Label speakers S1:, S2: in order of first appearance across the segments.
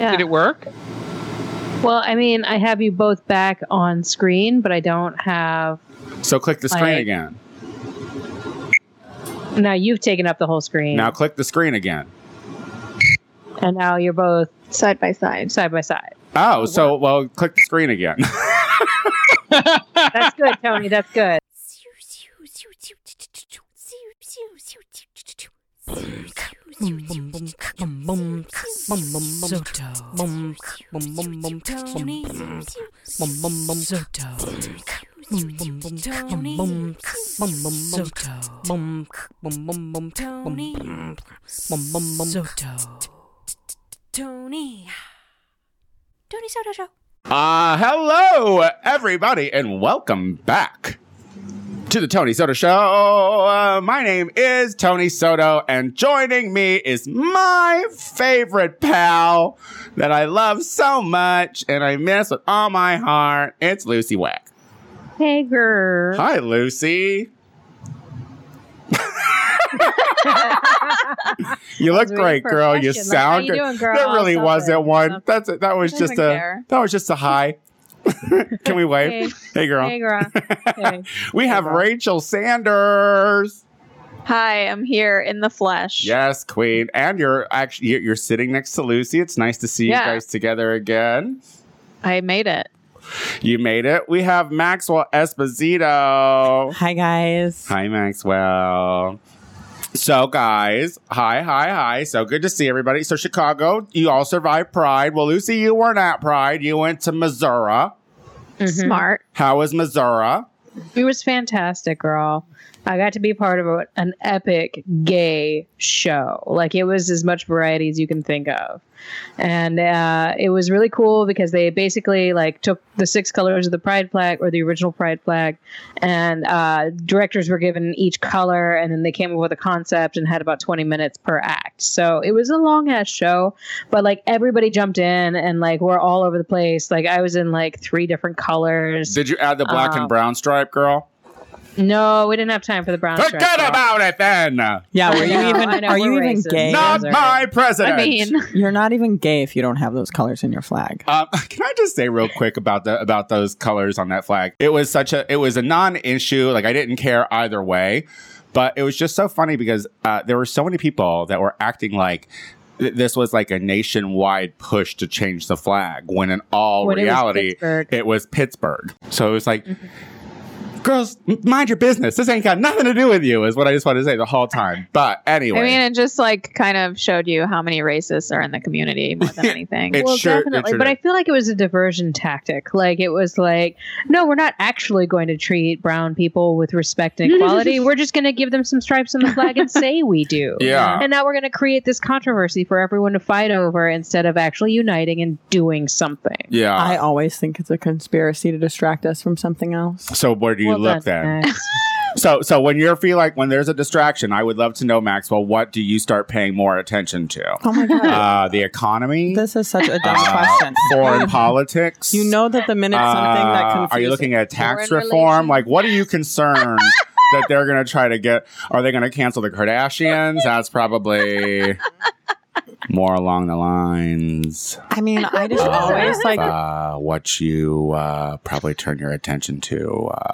S1: Yeah.
S2: Did it work?
S1: Well, I mean, I have you both back on screen, but I don't have.
S3: So click the screen
S1: Like-
S3: again.
S1: Now you've taken up the whole screen,
S3: Now click the screen again.
S1: and now you're both
S4: side by side.
S1: side by side.
S3: Oh, so well, click the screen again.
S1: That's good, Tony. That's good.
S5: Tony. Tony Soto Show.
S3: Uh, hello, everybody, and welcome back to the Tony Soto Show. Uh, my name is Tony Soto, and joining me is my favorite pal that I love so much and I miss with all my heart. It's Lucy Wack.
S1: Hey, girl.
S3: Hi, Lucy. you look great, girl. You sound great. That really wasn't one. That's it. That was
S4: I
S3: just a
S4: don't care.
S3: that was just a hi. Can we wave?
S1: Hey,
S3: Hey, girl.
S1: hey, girl. Hey.
S3: we have
S1: girl.
S3: Rachel Sanders.
S4: Hi, I'm here in the flesh.
S3: Yes, queen. And you're actually you're- you're sitting next to Lucy. It's nice to see
S4: Yeah.
S3: you guys together again.
S4: I made it.
S3: You made it. We have Maxwell Esposito.
S6: Hi guys.
S3: Hi, Maxwell. So, guys, hi, hi, hi. So good to see everybody. So, Chicago, you all survived Pride. Well, Lucy, you weren't at Pride. You went to Missouri.
S1: Mhm.
S4: Smart.
S3: How was Missouri?
S1: It was fantastic, girl. I got to be part of a, an epic gay show. Like it was as much variety as you can think of, and uh, it was really cool because they basically like took the six colors of the pride flag or the original pride flag, and uh, directors were given each color, and then they came up with a concept and had about twenty minutes per act. So it was a long ass show, but like everybody jumped in and like we're all over the place. Like I was in like three different colors.
S3: Did you add the black
S1: Um,
S3: and brown stripe, girl?
S1: No, we didn't have time for the brown.
S3: Forget
S1: stripe, girl.
S3: about it then.
S6: Yeah, were
S1: I
S6: you
S1: know, I
S6: even
S1: know,
S6: are you
S1: we're
S6: even
S1: racist.
S6: gay?
S3: Not
S1: Those are-
S3: my president.
S1: I mean,
S6: You're not even gay if you don't have those colors in your flag.
S3: Um, can I just say real quick about the about those colors on that flag? It was such a it was a non-issue. Like I didn't care either way, but it was just so funny because uh, there were so many people that were acting like th- this was like a nationwide push to change the flag when in all
S1: when it was
S3: reality
S1: Pittsburgh,
S3: it was Pittsburgh. So it was like.
S1: Mm-hmm.
S3: Girls, m- mind your business. This ain't got nothing to do with you, is what I just wanted to say the whole time. But anyway,
S4: I mean, it just like kind of showed you how many racists are in the community more than anything.
S3: It
S1: well,
S3: sure- it
S1: definitely,
S3: sure
S1: but
S3: did.
S1: I feel like it was a diversion tactic. Like it was like, no, we're not actually going to treat brown people with respect and equality. we're just going to give them some stripes on the flag and say we do.
S3: Yeah.
S1: And now we're going to create this controversy for everyone to fight over instead of actually uniting and doing something.
S3: yeah.
S6: I always think it's a conspiracy to distract us from something else.
S3: so where do you
S1: Well
S3: look
S1: done,
S3: then?
S1: Max.
S3: So, so when you're feel like when there's a distraction, I would love to know, Maxwell, what do you start paying more attention to?
S6: Oh my god.
S3: Uh, the economy,
S6: this is such a dumb
S3: Uh,
S6: question.
S3: foreign politics.
S6: You know that the minute something that
S3: Uh,
S6: confuses
S3: are you looking at tax
S4: Foreign
S3: reform?
S4: relations.
S3: Like, what are you concerned that they're going to try to get? Are they going to cancel the Kardashians? That's probably more along the lines.
S6: I mean, I just
S3: of,
S6: always like
S3: uh, what you uh, probably turn your attention to. Uh,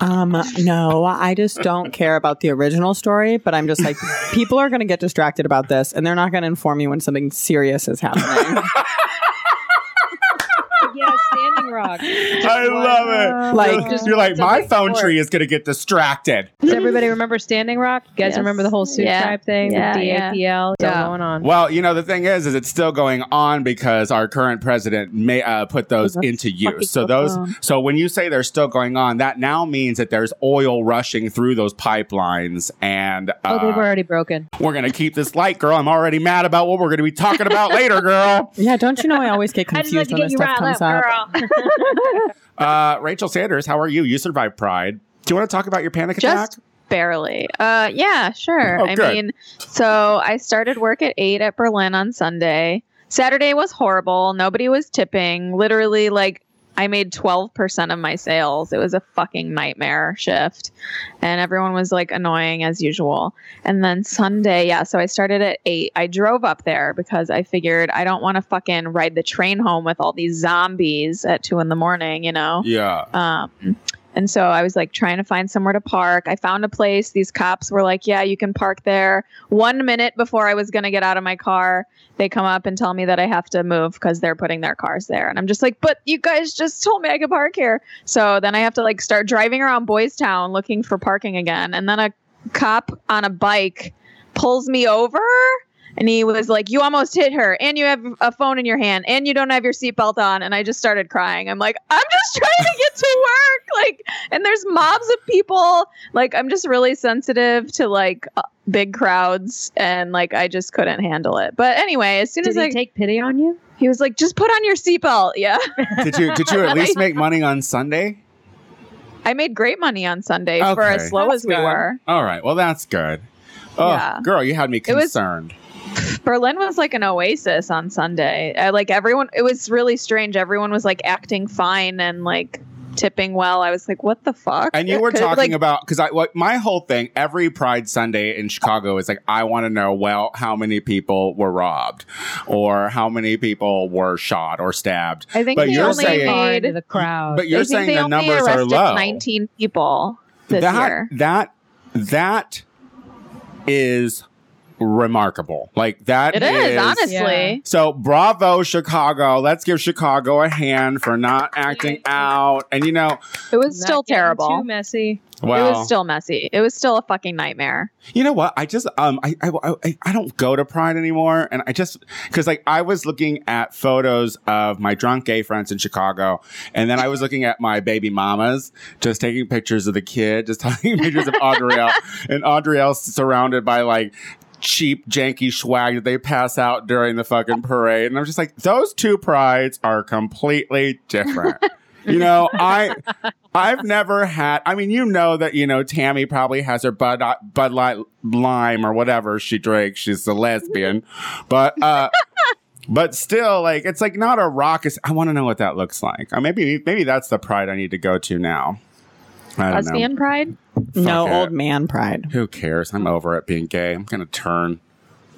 S6: Um, no, I just don't care about the original story, but I'm just like, people are going to get distracted about this and they're not going to inform you when something serious is happening.
S1: yeah, Standing Rock.
S3: I love it.
S6: Like-
S3: You're- you're like my phone tree is going to get distracted.
S1: Does everybody remember Standing Rock? You guys
S4: Yes.
S1: remember the whole suit
S4: Yeah.
S1: tribe thing?
S4: Yeah,
S1: the
S4: yeah.
S1: DAPL It's
S4: Yeah.
S1: all going on.
S3: Well, you know, the thing is, is it's still going on because our current president may uh, put those into use. So those, so when you say they're still going on, that now means that there's oil rushing through those pipelines, and
S1: oh,
S3: uh,
S1: they were already broken.
S3: we're gonna keep this light, girl. I'm already mad about what we're gonna be talking about later, girl.
S6: yeah, don't you know I always get confused when this stuff comes up?
S3: Uh, Rachel Sanders, how are you? You survived Pride. Do you want to talk about your panic attack?
S4: Just barely. Uh, yeah, sure.
S3: Oh,
S4: I
S3: good.
S4: mean, so I started work at eight at Berlin on Sunday. Saturday was horrible. Nobody was tipping. Literally, like I made 12% of my sales. It was a fucking nightmare shift. And everyone was like annoying as usual. And then Sunday, yeah, so I started at 8. I drove up there because I figured I don't want to fucking ride the train home with all these zombies at 2 in the morning, you know?
S3: Yeah.
S4: Um, and so I was like trying to find somewhere to park. I found a place. These cops were like, Yeah, you can park there. One minute before I was going to get out of my car, they come up and tell me that I have to move because they're putting their cars there. And I'm just like, But you guys just told me I could park here. So then I have to like start driving around Boys Town looking for parking again. And then a cop on a bike pulls me over. And he was like, You almost hit her, and you have a phone in your hand, and you don't have your seatbelt on. And I just started crying. I'm like, I'm just trying to get to work. Like, and there's mobs of people. Like, I'm just really sensitive to like uh, big crowds, and like, I just couldn't handle it. But anyway, as soon
S1: Did
S4: as
S1: he
S4: I,
S1: take pity on you?
S4: he was like, Just put on your seatbelt. Yeah.
S3: Did you did you at least make money on Sunday?
S4: I made great money on Sunday for
S3: Okay.
S4: as slow
S6: That's
S4: as we
S6: good.
S4: were.
S3: All right. Well, that's good. Oh,
S4: Yeah.
S3: girl, you had me
S4: It was-
S3: concerned.
S4: Berlin was like an oasis on Sunday. I, like everyone, it was really strange. Everyone was like acting fine and like tipping well. I was like, what the fuck?
S3: and you were
S4: 'Cause,
S3: talking
S4: like,
S3: about because I what my whole thing every Pride Sunday in Chicago is like I want to know well how many people were robbed or how many people were shot or stabbed.
S4: I think
S3: but
S4: they
S3: you're
S4: only
S3: saying-
S1: Far into
S4: made.
S1: the crowd.
S3: But you're
S4: I think
S3: saying
S4: they
S3: the
S4: only
S3: numbers are
S4: arrested
S3: low.
S4: Nineteen people this
S3: that
S4: year.
S3: that that is remarkable. Like that
S4: It is,
S3: is-
S4: honestly.
S1: Yeah.
S3: So bravo Chicago. Let's give Chicago a hand for not acting out. And you know,
S4: It was
S1: Not getting
S4: still
S1: Too
S4: terrible.
S1: messy.
S3: well,
S4: It was still messy. It was still a fucking nightmare.
S3: You know what? I just um I I, I, I don't go to Pride anymore, and I just because like I was looking at photos of my drunk gay friends in Chicago, and then I was looking at my baby mamas just taking pictures of the kid, just taking pictures of Audrielle, and Audrielle surrounded by like cheap janky swag that they pass out during the fucking parade, and I'm just like those two prides are completely different. you know, I I've never had. I mean, you know that you know Tammy probably has her Bud Bud Light Lime or whatever she drinks. She's a lesbian, but uh, but still, like it's like not a raucous. I want to know what that looks like. Or maybe maybe that's the pride I need to go to now. I don't know.
S4: Lesbian pride.
S3: Fuck
S6: no
S3: it.
S6: old man pride.
S3: Who cares? I'm over it being gay. I'm gonna turn.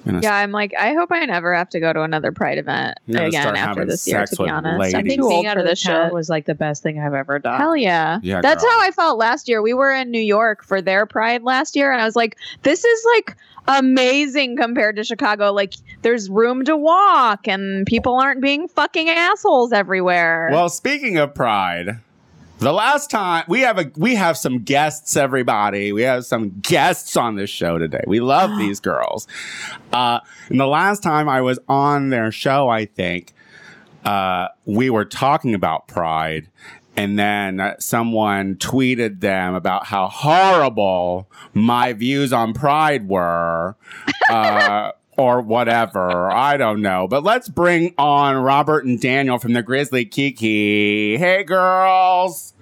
S3: I'm gonna
S4: Yeah, I'm like, I hope I never have to go to another pride event
S3: You're gonna
S4: again
S3: start
S4: after
S3: having
S4: this year.
S3: sex
S4: To be
S3: with
S4: honest,
S1: I
S4: I'm
S3: ladies.
S1: think
S4: too old
S1: being out
S4: for
S1: of the
S4: this
S1: town
S4: shit.
S1: was like the best thing I've ever done.
S4: Hell yeah.
S3: Yeah,
S4: That's
S3: girl.
S4: how I felt last year. We were in New York for their pride last year, and I was like, this is like amazing compared to Chicago. Like, there's room to walk, and people aren't being fucking assholes everywhere.
S3: Well, speaking of pride, the last time we have a we have some guests, everybody. We have some guests on this show today. We love these girls. Uh, and the last time I was on their show, I think uh, we were talking about pride. And then uh, someone tweeted them about how horrible my views on Pride were, uh, or whatever. I don't know. But let's bring on Robert and Daniel from the Grizzly Kiki. Hey, girls.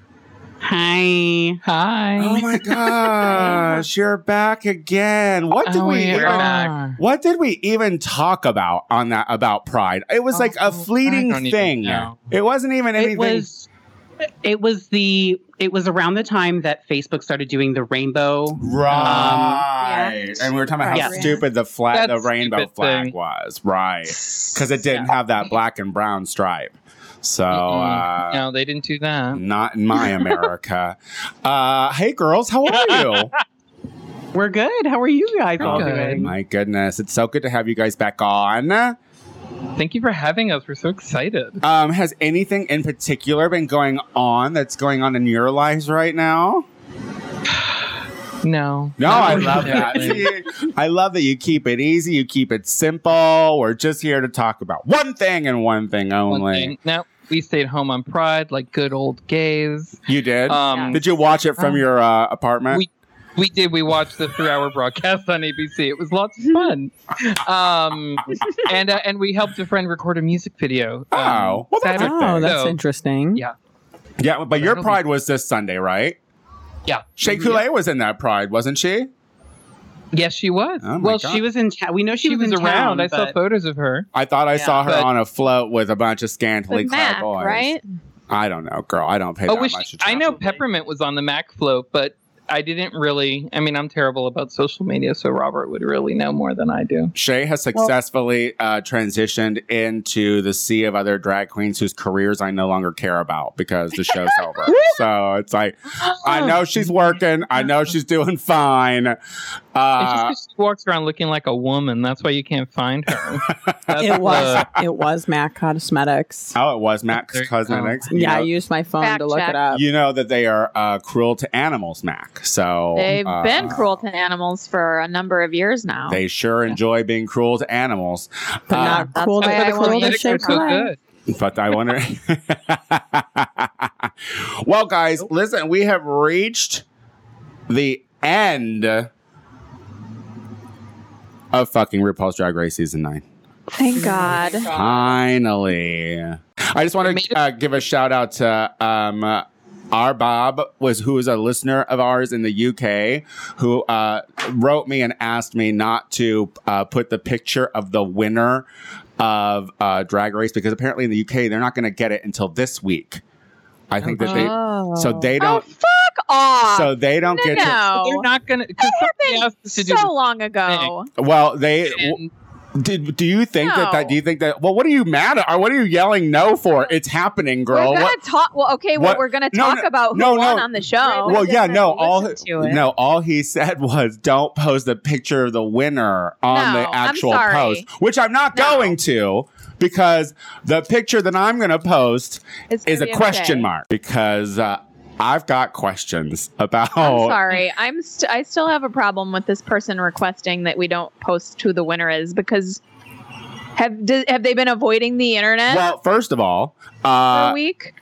S2: Hi.
S3: Oh
S2: Hi.
S3: my gosh, you're back again. What did we
S2: we
S3: even,
S2: are.
S3: What did we even talk about on that about Pride? It was like
S2: Oh,
S3: a
S2: I don't
S3: fleeting
S2: even
S3: thing.
S2: know.
S3: It wasn't even anything.
S2: It was it was the it was around the time that Facebook started doing the rainbow.
S3: Right.
S4: yeah.
S3: And we were talking about how
S2: Yeah.
S3: stupid the flag, the
S2: That's
S3: rainbow
S2: stupid
S3: flag
S2: thing.
S3: was. Right. Because it didn't have that black and brown stripe. So,
S2: Mm-mm.
S3: uh,
S2: no, they didn't do that.
S3: not in my America. uh, hey, girls, how are you?
S2: We're good. How are you guys all
S3: Oh,
S2: doing?
S3: My goodness. It's so good to have you guys back on.
S7: Thank you for having us. We're so excited.
S3: Um, has anything in particular been going on that's going on in your lives right now?
S7: No.
S3: No, I love that.
S7: Definitely.
S3: See, I love that you keep it easy, you keep it simple. We're just here to talk about one thing and one thing only.
S7: One thing. Now, we stayed home on Pride like good old gays.
S3: You did?
S7: Um,
S3: did you watch it from
S7: Um,
S3: your uh, apartment?
S7: we- we did. We watched the three-hour broadcast on ABC. It was lots of fun, um, and uh, and we helped a friend record a music video. um,
S3: Oh, well, that's a
S7: Saturday.
S6: Oh, that's
S7: So-
S6: interesting.
S7: Yeah.
S3: yeah, but your
S7: I don't
S3: pride was this Sunday, right?
S7: Yeah.
S3: Shea Coulee was in that pride, wasn't she?
S7: Yes, she was.
S3: Oh my
S2: Well,
S3: God.
S2: she was in town. we know she,
S7: she was,
S2: in
S7: around.
S2: Town,
S7: I saw
S2: but-
S7: photos of her.
S3: I thought I
S2: Yeah,
S3: saw her
S7: but-
S3: on a float with a bunch of scantily
S4: With
S3: clad
S4: Mac,
S3: boys.
S4: right?
S3: I don't know, girl. I don't pay
S7: Oh,
S3: that
S7: wish
S3: much attention.
S7: I know peppermint was on the Mac float, but I didn't really. I mean, I'm terrible about social media, so Robert would really know more than I do.
S3: Shay has successfully uh, transitioned into the sea of other drag queens whose careers I no longer care about because the show's over. So it's like I know she's working. I know she's doing fine.
S7: It's just
S3: Uh,
S7: 'cause she walks around looking like a woman. That's why you can't find her. That's
S6: It was
S7: the-
S6: it was Mac Cosmetics.
S3: oh, it was Max
S7: There you go.
S3: Cosmetics. You
S6: Yeah, I
S3: know-
S6: used my phone
S4: Fact
S6: to look
S4: check.
S6: it up.
S3: you know that they are uh, cruel to animals, Mac. So
S4: They've
S3: uh,
S4: been cruel to animals for a number of years now.
S3: They sure enjoy being cruel to animals.
S6: But
S3: Uh,
S6: not
S4: That's
S6: cool to
S4: why I
S6: the
S4: won't
S6: cruel
S4: eat
S6: to
S4: it.
S6: shape
S4: It's so
S6: play.
S7: good.
S3: But I wonder. well, guys, listen, we have reached the end of fucking RuPaul's Drag Race season nine. Mm-hmm.
S4: Thank God.
S3: Finally, I just want
S7: made
S3: to uh, give a shout out to um, uh, our Bob, was who is a listener of ours in the UK, who uh, wrote me and asked me not to uh, put the picture of the winner of uh, Drag Race because apparently in the UK they're not going to get it until this week. I think that they
S1: Oh.
S3: so they
S4: Oh,
S3: don't
S4: fuck off.
S3: so they don't
S4: no,
S3: get to,
S7: They're
S4: no.
S7: not gonna. Because somebody
S4: happened
S7: asked us to do.
S4: so long ago.
S3: well they.
S7: this,
S3: w-
S7: and
S3: Did, do you think that, that?
S4: No.
S3: Do you think that? Well, what are you mad at? Or what are you yelling no for? It's happening, girl.
S4: we're
S3: What-
S4: gonna talk. Well, okay. Well,
S3: What-
S4: we're gonna
S3: No,
S4: talk
S3: no,
S4: about who
S3: no,
S4: won
S3: no.
S4: on the show.
S1: Right,
S3: well, yeah,
S1: doesn't
S3: no,
S1: have to
S3: all
S1: listen to it.
S3: no, all he said was don't post the picture of the winner on
S4: No,
S3: the
S4: I'm
S3: actual
S4: sorry.
S3: post, which I'm not
S4: No.
S3: going to because the picture that I'm going to post
S4: It's
S3: is
S4: gonna
S3: a
S4: be
S3: question
S4: okay.
S3: mark because uh, I've got questions about.
S4: I'm sorry. I'm st- I still have a problem with this person requesting that we don't post who the winner is because have di- have they been avoiding the internet
S3: Well, first of all,
S4: for
S3: uh,
S4: a week?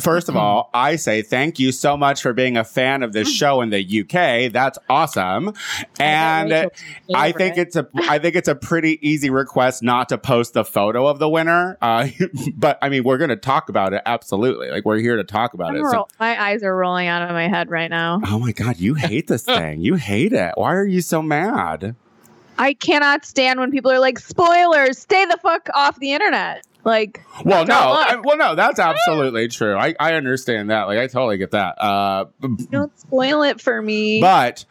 S3: First of all, I say thank you so much for being a fan of this show in the UK. That's awesome. And I think it's a I think it's a pretty easy request not to post the photo of the winner. Uh, but I mean, we're going to talk about it absolutely. Like we're here to talk about
S4: I'm
S3: it. So-
S4: roll- my eyes are rolling out of my head right now.
S3: oh my god, you hate this thing. You hate it. Why are you so mad?
S4: I cannot stand when people are like, "Spoilers, stay the fuck off the internet." Like,
S3: Well, no.
S4: Don't look.
S3: I- well, no, that's absolutely true. I, I understand that. Like I totally get that. Uh,
S4: don't spoil it for me.
S3: but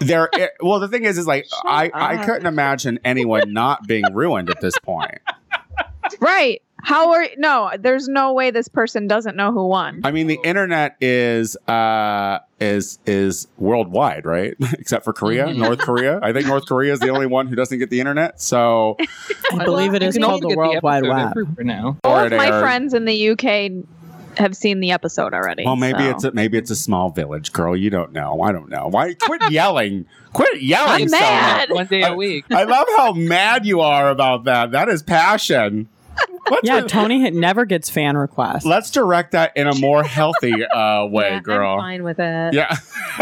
S3: there it, well the thing is is like I, I
S6: up.
S3: couldn't imagine anyone not being ruined at this point
S4: right? How are no? There's no way this person doesn't know who won.
S3: i mean the internet is uh is is worldwide right except for korea
S7: Mhm.
S4: Mm-hmm.
S3: north korea i think north korea is the only one who doesn't get the internet so
S6: I believe it
S7: you
S6: is
S7: can
S6: called the
S7: all get
S6: World Wide
S7: episode
S6: Web.
S7: everywhere now.
S4: All
S3: or
S4: of my
S3: they're-
S4: friends in the UK have seen the episode already.
S3: well maybe
S4: so.
S3: it's a maybe it's a small village girl you don't know i don't know why quit yelling quit yelling
S4: I'm
S3: so much.
S4: mad.
S7: One day a week.
S3: i love how mad you are about that that is passion What's
S6: Yeah,
S3: with-
S6: Tony hit- never gets fan requests.
S3: let's direct that in a more healthy uh, way
S1: Yeah,
S3: girl
S1: I'm fine with it.
S3: Yeah.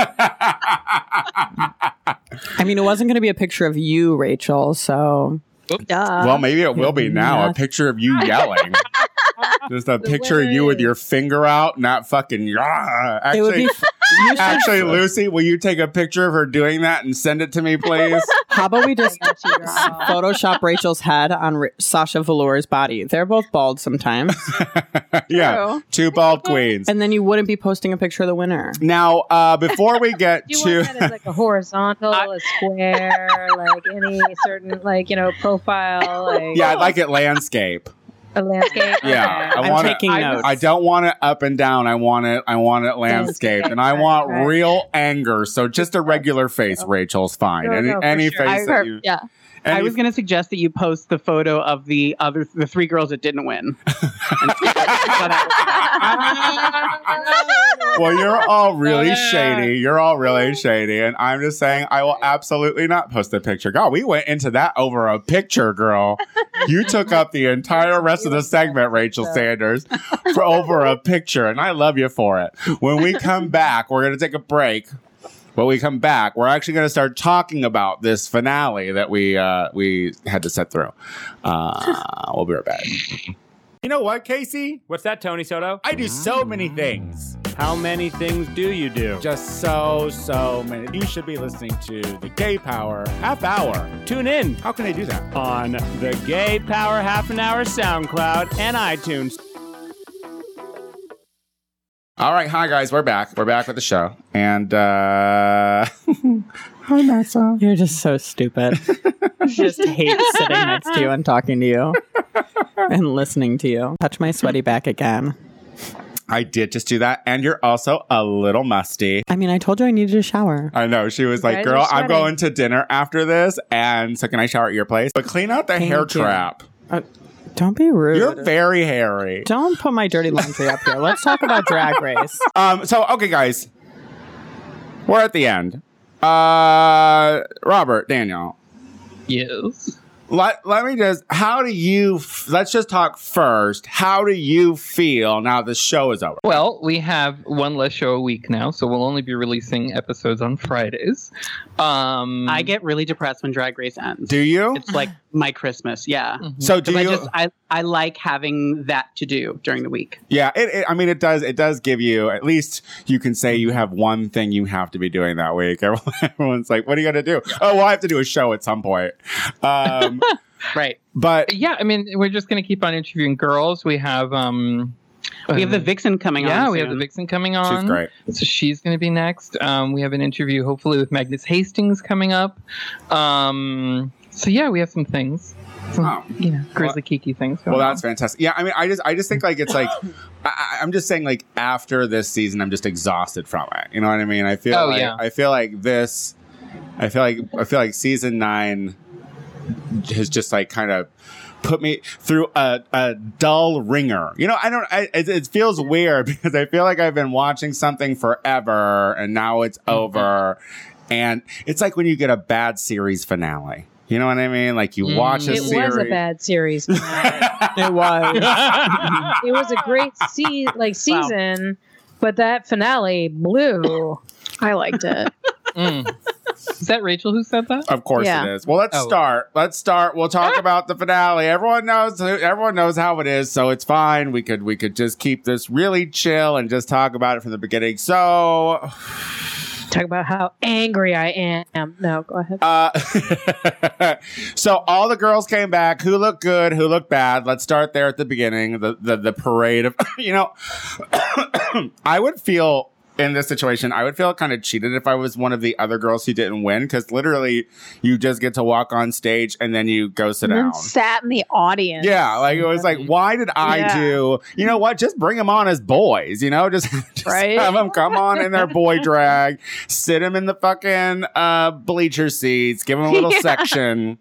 S6: I mean, it wasn't going to be a picture of you, Rachel. So
S4: Duh.
S3: well, maybe it will be now.
S6: yeah.
S3: A picture of you yelling. Just a picture of you with your finger out, not fucking. "Yah."
S6: it would
S3: Actually,
S6: be. You should-
S3: actually, Lucy, will you take a picture of her doing that and send it to me, please?
S6: how about we just
S4: Oh
S6: Photoshop Rachel's head on Ra- Sasha Velour's body? They're both bald sometimes,
S3: yeah,
S4: True.
S3: two bald queens.
S6: and then you wouldn't be posting a picture of the winner.
S3: Now, uh, before we get
S1: Do you
S3: to
S1: want that as like a horizontal, a square, like any certain like you know profile, like
S3: yeah, I like it landscape.
S1: a landscape?
S3: Yeah,
S1: Okay.
S3: I
S6: I'm
S3: want it.
S6: taking
S7: I-
S6: notes.
S3: I don't want it up and down. I want it. I want it landscaped, and I want
S1: Right.
S3: real anger. So just a regular face, Rachel's fine.
S1: No,
S3: any
S1: no, for
S3: any
S1: sure.
S3: face
S4: I
S3: that
S4: heard-
S3: you.
S4: yeah.
S2: I
S3: any
S2: was going to suggest that you post the photo of the other the three girls that didn't win. uh,
S3: well, you're all really
S7: yeah.
S3: shady. You're all really shady. And I'm just saying, I will absolutely not post the picture. God, we went into that over a picture, girl. You took up the entire rest of the segment, Rachel Sanders, for over a picture. And I love you for it. When we come back, we're going to take a break. When we come back, we're actually going to start talking about this finale that we uh, we had to set through. Uh, we'll be right back. You know what, Casey?
S8: What's that, Tony Soto?
S3: I do so many things.
S8: How many things do you do?
S3: Just so, so many. You should be listening to the Gay Power Half Hour.
S8: Tune in
S3: How can I do that?
S8: on the Gay Power Half an Hour SoundCloud and iTunes.
S3: All right, hi guys, we're back. We're back with the show, and uh, hi Maxwell.
S6: You're just so stupid. I just hate sitting next to you and talking to you and listening to you. Touch my sweaty back again.
S3: I did just do that, and you're also a little musty.
S6: I mean, I told you I needed a shower.
S3: I know. She was like,
S1: Guys are
S3: "Girl,
S1: sweating."
S3: I'm going to dinner after this, and so can I shower at your place? But clean out the hair
S6: you.
S3: trap.
S6: Don't be rude.
S3: You're very hairy."
S6: Don't put my dirty laundry up here. Let's talk about drag race.
S3: Um. So okay, guys, we're at the end. Uh, Robert, Daniel,
S7: Yes.
S3: let, let me just how do you f- let's just talk first how do you feel now the show is over
S7: Well, we have one less show a week now, so we'll only be releasing episodes on Fridays. Um,
S2: I get really depressed when Drag Race ends.
S3: do you
S2: It's like my Christmas. Yeah.
S7: Mhm.
S3: so do
S2: 'Cause
S3: you
S2: I just I, I like having that to do during the week.
S3: yeah it, it i mean it does it does give you at least you can say you have one thing you have to be doing that week Everyone- everyone's like what are you gonna do oh well i have to do a show at some point um
S2: Right.
S3: but
S7: yeah, I mean, we're just going to keep on interviewing girls. We have um,
S2: We have the
S7: uh,
S2: Vixen coming on.
S7: yeah, we have the
S2: soon.
S7: Vixen coming on.
S3: she's great
S7: So she's going to be next. Um, we have an interview, hopefully, with Magnus Hastings coming up. Um, so yeah, we have some things. Some,
S3: Oh.
S7: You know, grizzly kiki things. Going
S3: well
S7: on.
S3: that's fantastic yeah i mean i just i just think like it's like I, I- i'm just saying like after this season i'm just exhausted from it you know what i mean i feel
S7: Oh,
S3: like
S7: yeah.
S3: i feel like this i feel like i feel like season nine has just like kind of put me through a, a dull ringer you know i don't I, it, it feels weird because i feel like i've been watching something forever and now it's over and it's like when you get a bad series finale you know what i mean like you watch a
S7: Mm.
S1: It
S3: series
S1: was a bad series. finale.
S6: It was.
S1: it was a great se- like season, but that finale blew.
S4: I liked it.
S7: Mm. Is that Rachel who said that?
S3: Of course
S4: Yeah. Ah.
S3: it is. Well, let's
S7: Oh.
S3: start. Let's start. We'll talk about the finale. Everyone knows. Everyone knows how it is, so it's fine. We could we could just keep this really chill and just talk about it from the beginning. So,
S1: Talk about how angry I am. No, go ahead.
S3: uh, so all the girls came back. Who looked good? Who looked bad? Let's start there at the beginning. The the, the parade of you know, I would feel. In this situation, I would feel kind of cheated if I was one of the other girls who didn't win because literally you just get to walk on stage and then you go sit
S4: and then
S3: down.
S4: sat in the audience.
S3: Yeah, like it was like, why did I
S4: Yeah.
S3: do? You know what? Just bring them on as boys. You know, just, just
S4: Right.
S3: have them come on in their boy drag, sit them in the fucking uh, bleacher seats, give them a little
S4: Yeah.
S3: section.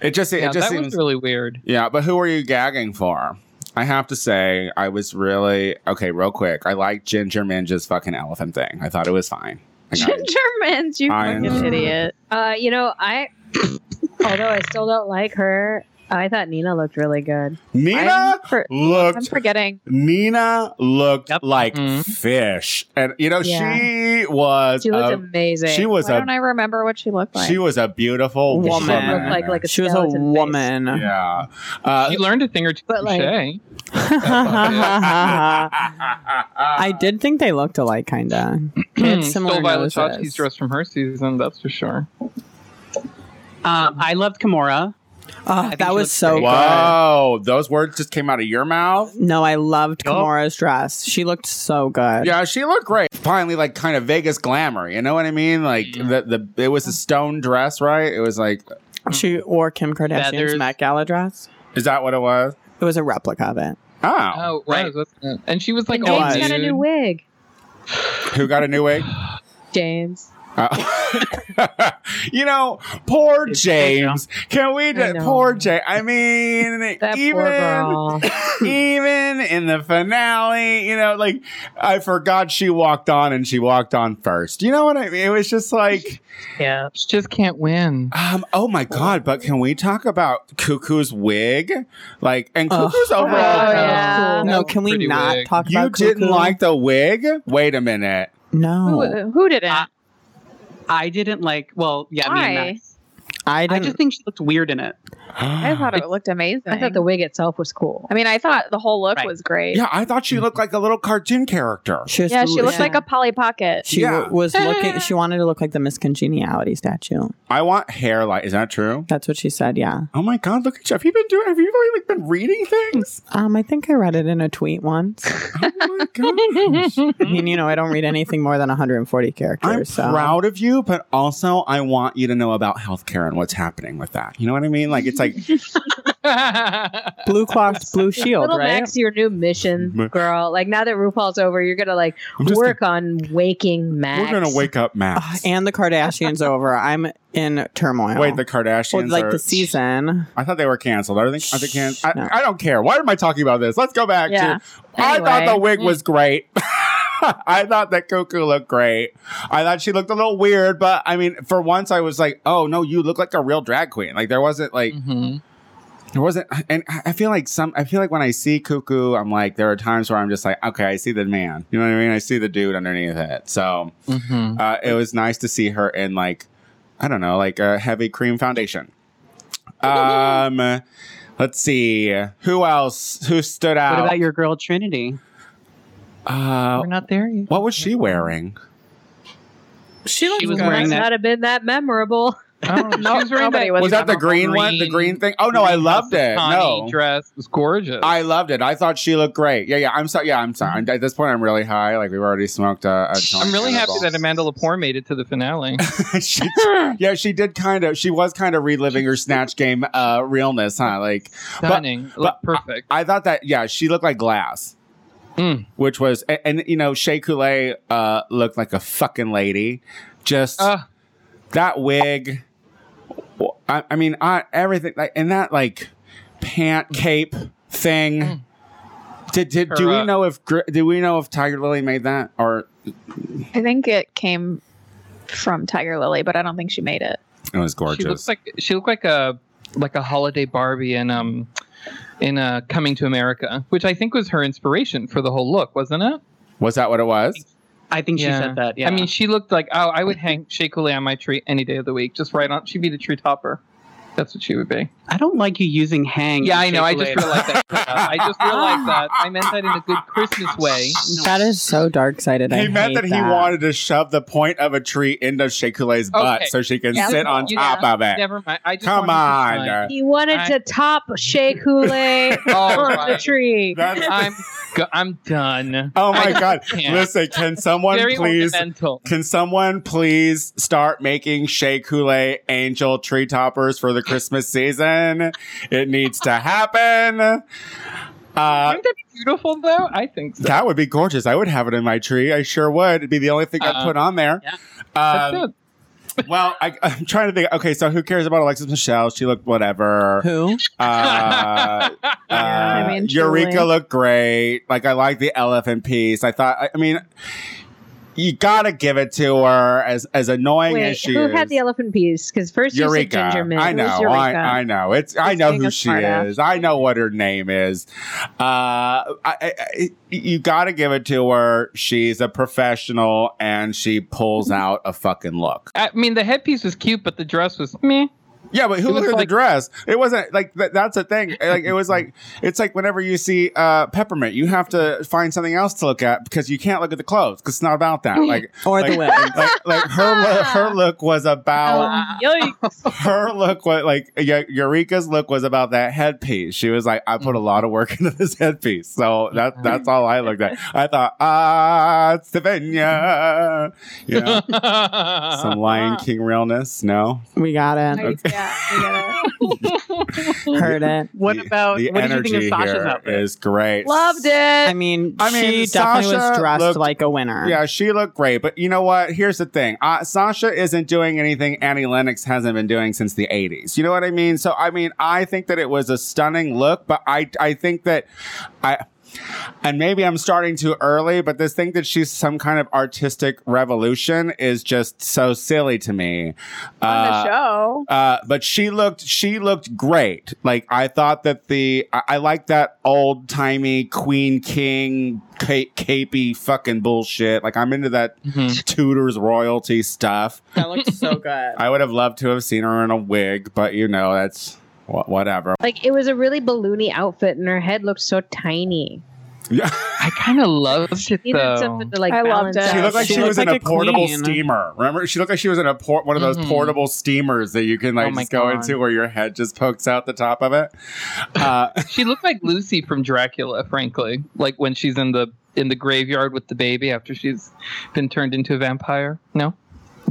S3: It just it
S7: yeah,
S3: just
S7: that
S3: seems
S7: was really weird.
S3: yeah. But who are you gagging for? I have to say, I was really okay. Real quick, I liked Ginger Minja's fucking elephant thing. I thought it was fine. I got it.
S4: Gingermans, you
S3: I
S4: fucking
S3: know.
S4: idiot.
S1: Uh, you know, I although I still don't like her, I thought Nina looked really good.
S3: Nina
S4: I'm, for- I'm
S3: looked
S4: forgetting.
S3: Nina looked
S2: Yep.
S3: like
S7: Mhm.
S3: fish, and you know
S1: Yeah.
S3: she was.
S1: She looked
S3: a-
S1: amazing.
S3: Uh, she was
S4: Why
S3: a
S4: don't I remember what she looked like?
S3: she was a beautiful
S6: She
S3: woman.
S6: looked
S1: like- like a
S6: She was a
S1: skeleton face.
S6: woman.
S3: yeah. Uh,
S7: You learned a thing or two.
S1: But, like-
S7: Shay.
S6: I did think they looked alike, kinda. They had similar
S7: Mm. Stole Violet
S6: noses.
S7: Chachki's dress from her season, that's for sure.
S2: Um, I loved Kimora.
S6: Oh,
S7: think she
S6: that was
S7: looks
S6: so
S7: great.
S6: good.
S3: Wow, those words just came out of your mouth.
S6: No, I loved
S2: Yup.
S6: Kamora's dress. She looked so good.
S3: Yeah, she looked great. Finally, like kind of Vegas glamour. You know what I mean? Like the the it was a stone dress, right? It was like,
S6: She wore Kim Kardashian's
S7: Feathers.
S6: Met Gala dress.
S3: is that what it was?
S6: It was a replica of it.
S3: Oh,
S7: Oh,
S2: right.
S7: right. And she was like, oh,
S1: and
S6: no,
S1: James
S6: I-
S1: got a new
S7: nude.
S1: wig.
S3: who got a new wig?
S1: James.
S3: Uh, you know, poor James. Can we?
S1: I
S3: Just,
S1: know.
S3: poor James. I mean,
S1: That
S3: even
S1: poor girl.
S3: even in the finale, you know, like I forgot she walked on and she walked on first. You know what I mean? It was just like,
S2: Yeah.
S7: She just can't win.
S3: um, oh my god! But can we talk about Cuckoo's wig? Like, and
S6: Ugh.
S3: Cuckoo's
S1: Oh,
S3: overall.
S1: yeah.
S7: That
S6: No,
S7: was
S6: can we
S7: pretty
S6: not
S7: wig.
S6: talk
S3: You
S6: about
S3: didn't
S6: Cuckoo?
S3: like the wig? Wait a minute.
S6: No.
S3: Oh.
S4: Who, who didn't?
S2: I didn't like. Well, yeah. Me
S4: Why?
S2: and Max.
S6: I
S2: I
S6: didn't.
S2: just think she looked weird in it.
S4: I thought it looked amazing.
S1: I thought the wig itself was cool.
S4: I mean, I thought the whole look
S2: Right.
S4: was great.
S3: yeah, I thought she looked like a little cartoon character.
S6: she was-
S4: Yeah, she looked
S1: Yeah.
S4: like a Polly Pocket.
S6: She
S3: Yeah.
S6: w- was looking. She wanted to look like the Miss Congeniality statue.
S3: I want hair light. Is that true?
S6: That's what she said. Yeah.
S3: Oh my god, look at you. Have you been doing have you really like, been reading things?
S6: Um, I think I read it in a tweet once.
S3: Oh my gosh.
S6: I mean, you know, I don't read anything more than 140 characters.
S3: I'm
S6: so
S3: proud of you, but also I want you to know about healthcare and what's happening with that. You know what I mean? Like it's like
S6: blue clocked, blue shield,
S1: Little
S6: right?
S1: Max, your new mission,
S3: Ma-
S1: girl. Like now that RuPaul's over, you're gonna like
S3: I'm just
S1: work on waking Max.
S3: we're gonna wake up
S6: Ugh,
S3: Max.
S6: Uh, and the Kardashians over. I'm in turmoil.
S3: Wait, the Kardashians
S6: Well, like
S3: are-
S6: the season.
S3: I thought they were canceled. Are they? Are they can- I,
S6: No.
S3: I don't care. Why am I talking about this? Let's go back
S4: Yeah.
S3: to. I thought
S4: Anyway.
S3: the wig was great. I thought that Cuckoo looked great. I thought she looked a little weird, but I mean, for once, I was like, "Oh no, you look like a real drag queen." Like there wasn't like
S7: Mhm.
S3: there wasn't, and I I feel like some. I feel like when I see Cuckoo, I'm like, there are times where I'm just like, "Okay, I see the man." You know what I mean? I see the dude underneath it. So
S7: Mhm.
S3: uh, it was nice to see her in like I don't know, like a heavy cream foundation. Um, let's see who else who stood
S2: What
S3: out.
S2: about your girl Trinity?
S3: uh,
S7: We're not there yet.
S3: what was she wearing?
S6: She
S7: She was
S1: Must
S7: wearing that.
S1: not have been that memorable.
S7: Oh, she was wearing
S4: nobody
S7: that
S4: was-
S3: Was that the green, one? The green thing? Oh no, I loved it. No,
S7: dress It was gorgeous.
S3: I loved it. I thought she looked great. Yeah, yeah. I'm sorry. Yeah, I'm sorry. At this point, I'm really high. Like we've already smoked a. a joint
S7: I'm really
S3: and a
S7: happy
S3: bong.
S7: that Amanda Lepore made it to the finale.
S3: she, yeah, she did kind of. She was kind of reliving her snatch game uh, realness, huh? Like
S7: Stunning,
S3: but-
S7: looked perfect.
S3: I thought that yeah, she looked like glass.
S7: Mm.
S3: Which was and, and, you know, Shea Coulee uh looked like a fucking lady. Just
S7: Uh,
S3: that wig. Well, I, I mean, I, everything like and that like pant cape thing. Did, did do
S7: Her,
S3: we
S7: uh,
S3: know if Gri- do we know if Tiger Lily made that or
S4: I think it came from Tiger Lily, but I don't think she made
S3: it
S4: it.
S3: was
S7: She looks
S3: gorgeous?
S7: like she looked like a like a holiday Barbie in um in uh Coming to America, which I think was her inspiration for the whole look, wasn't it?
S3: was that what it was?
S2: I think
S7: Yeah.
S2: she said that. Yeah.
S7: I mean, she looked like oh, I would hang Shea Coulee on my tree any day of the week, just right on. She'd be the tree topper. That's what she would be.
S2: I don't like you using hang.
S7: Yeah,
S2: and
S7: I know. I
S2: shake
S7: just
S2: later.
S7: realized that. I just realized that. I meant that in a good Christmas way.
S6: That is so dark sided.
S3: He
S6: I
S3: meant
S6: hate
S3: that he wanted to shove the point of a tree into Shea Coulee's butt
S7: Okay.
S3: so she can
S7: Yeah.
S3: sit on
S7: You
S3: top of it.
S7: Never mind. I just
S3: Come
S7: wanted
S3: on.
S7: to shine.
S1: He wanted
S7: I-
S1: to top Shea Coulee
S7: All
S1: from the
S7: right.
S1: tree.
S3: That's-
S7: I'm go- I'm done.
S3: Oh
S7: I
S3: my
S7: just
S3: god!
S7: can't.
S3: Listen, can someone
S7: Very
S3: please?
S7: ornamental.
S3: Can someone please start making Shea Coulee angel tree toppers for the Christmas season? It needs to happen. Uh,
S7: Wouldn't that be beautiful though? I think so.
S3: that would be gorgeous. I would have it in my tree. I sure would. It'd be the only thing I'd
S7: Uh,
S3: put on there.
S2: yeah.
S7: That's
S3: Um,
S7: it.
S3: well, I, I'm trying to think. Okay, so who cares about Alexis Michelle? She looked whatever.
S6: Who?
S3: Uh, uh,
S4: I mean,
S3: Eureka
S4: truly.
S3: looked great. Like I like the elephant piece. I thought. I, I mean, you gotta give it to her. As as annoying
S1: Wait,
S3: as she
S1: who
S3: is,
S1: had the elephant piece? Because first you said
S3: Eureka.
S1: Ginger Mint.
S3: I
S1: It was
S3: know.
S1: Eureka.
S3: I, I know. It's. I know
S4: being
S3: who
S4: a
S3: she
S4: smartass.
S3: is. I know what her name is. Uh, I, I, I- you gotta give it to her. She's a professional, and she pulls
S1: Mm-hmm.
S3: out a fucking look.
S7: I mean, the headpiece was cute, but the dress was meh.
S3: Yeah, but who
S7: It
S3: looked
S7: was
S3: at
S7: like-
S3: the dress? It wasn't like th- that's the thing. Like it was like it's like whenever you see uh, peppermint, you have to find something else to look at because you can't look at the clothes because it's not about that. Like
S6: Or the
S3: like,
S6: wig?
S3: like, like her look, her look was about her look was like Eu- Eureka's look was about that headpiece. She was like, I put a lot of work into this headpiece, so that that's all I looked at. I thought, ah, Stevenia, you know, some Lion King realness. No,
S6: We got it.
S4: I- yeah, I get it.
S6: Heard it.
S2: what
S3: The-
S2: about
S3: the
S2: what did you
S3: energy
S2: think of Sasha's
S3: here
S2: outfit?
S3: is great.
S4: Loved it.
S6: I mean,
S3: I mean,
S6: she definitely
S3: Sasha
S6: was dressed
S3: looked-
S6: like a winner.
S3: Yeah, she looked great, but you know what? Here's the thing: uh, Sasha isn't doing anything Annie Lennox hasn't been doing since the '80s. You know what I mean? So, I mean, I think that it was a stunning look, but I, I think that I, And maybe I'm starting too early, but this thing that she's some kind of artistic revolution is just so silly to me.
S4: on the show.
S3: Uh, but she looked she looked great. Like I thought that the I, I like that old timey Queen King ca- capey fucking bullshit. Like I'm into that Tudors royalty stuff.
S6: That looks so good.
S3: I would have loved to have seen her in a wig, but you know that's wha- whatever.
S1: Like it was a really balloony outfit, and her head looked so tiny.
S3: Yeah,
S7: I kind of loved it
S1: Needed
S7: though.
S1: something to like
S4: I
S1: balance
S4: loved it.
S1: out.
S3: she looked like she,
S6: She
S3: was
S6: looked
S3: in
S6: like
S3: a
S6: a
S3: portable
S6: queen.
S3: steamer. Remember, she looked like she was in a port one of those
S7: Mhm.
S3: portable steamers that you can like
S7: Oh my
S3: just go
S7: God.
S3: into where your head just pokes out the top of it. Uh,
S7: She looked like Lucy from Dracula, frankly. Like when she's in the in the graveyard with the baby after she's been turned into a vampire. No.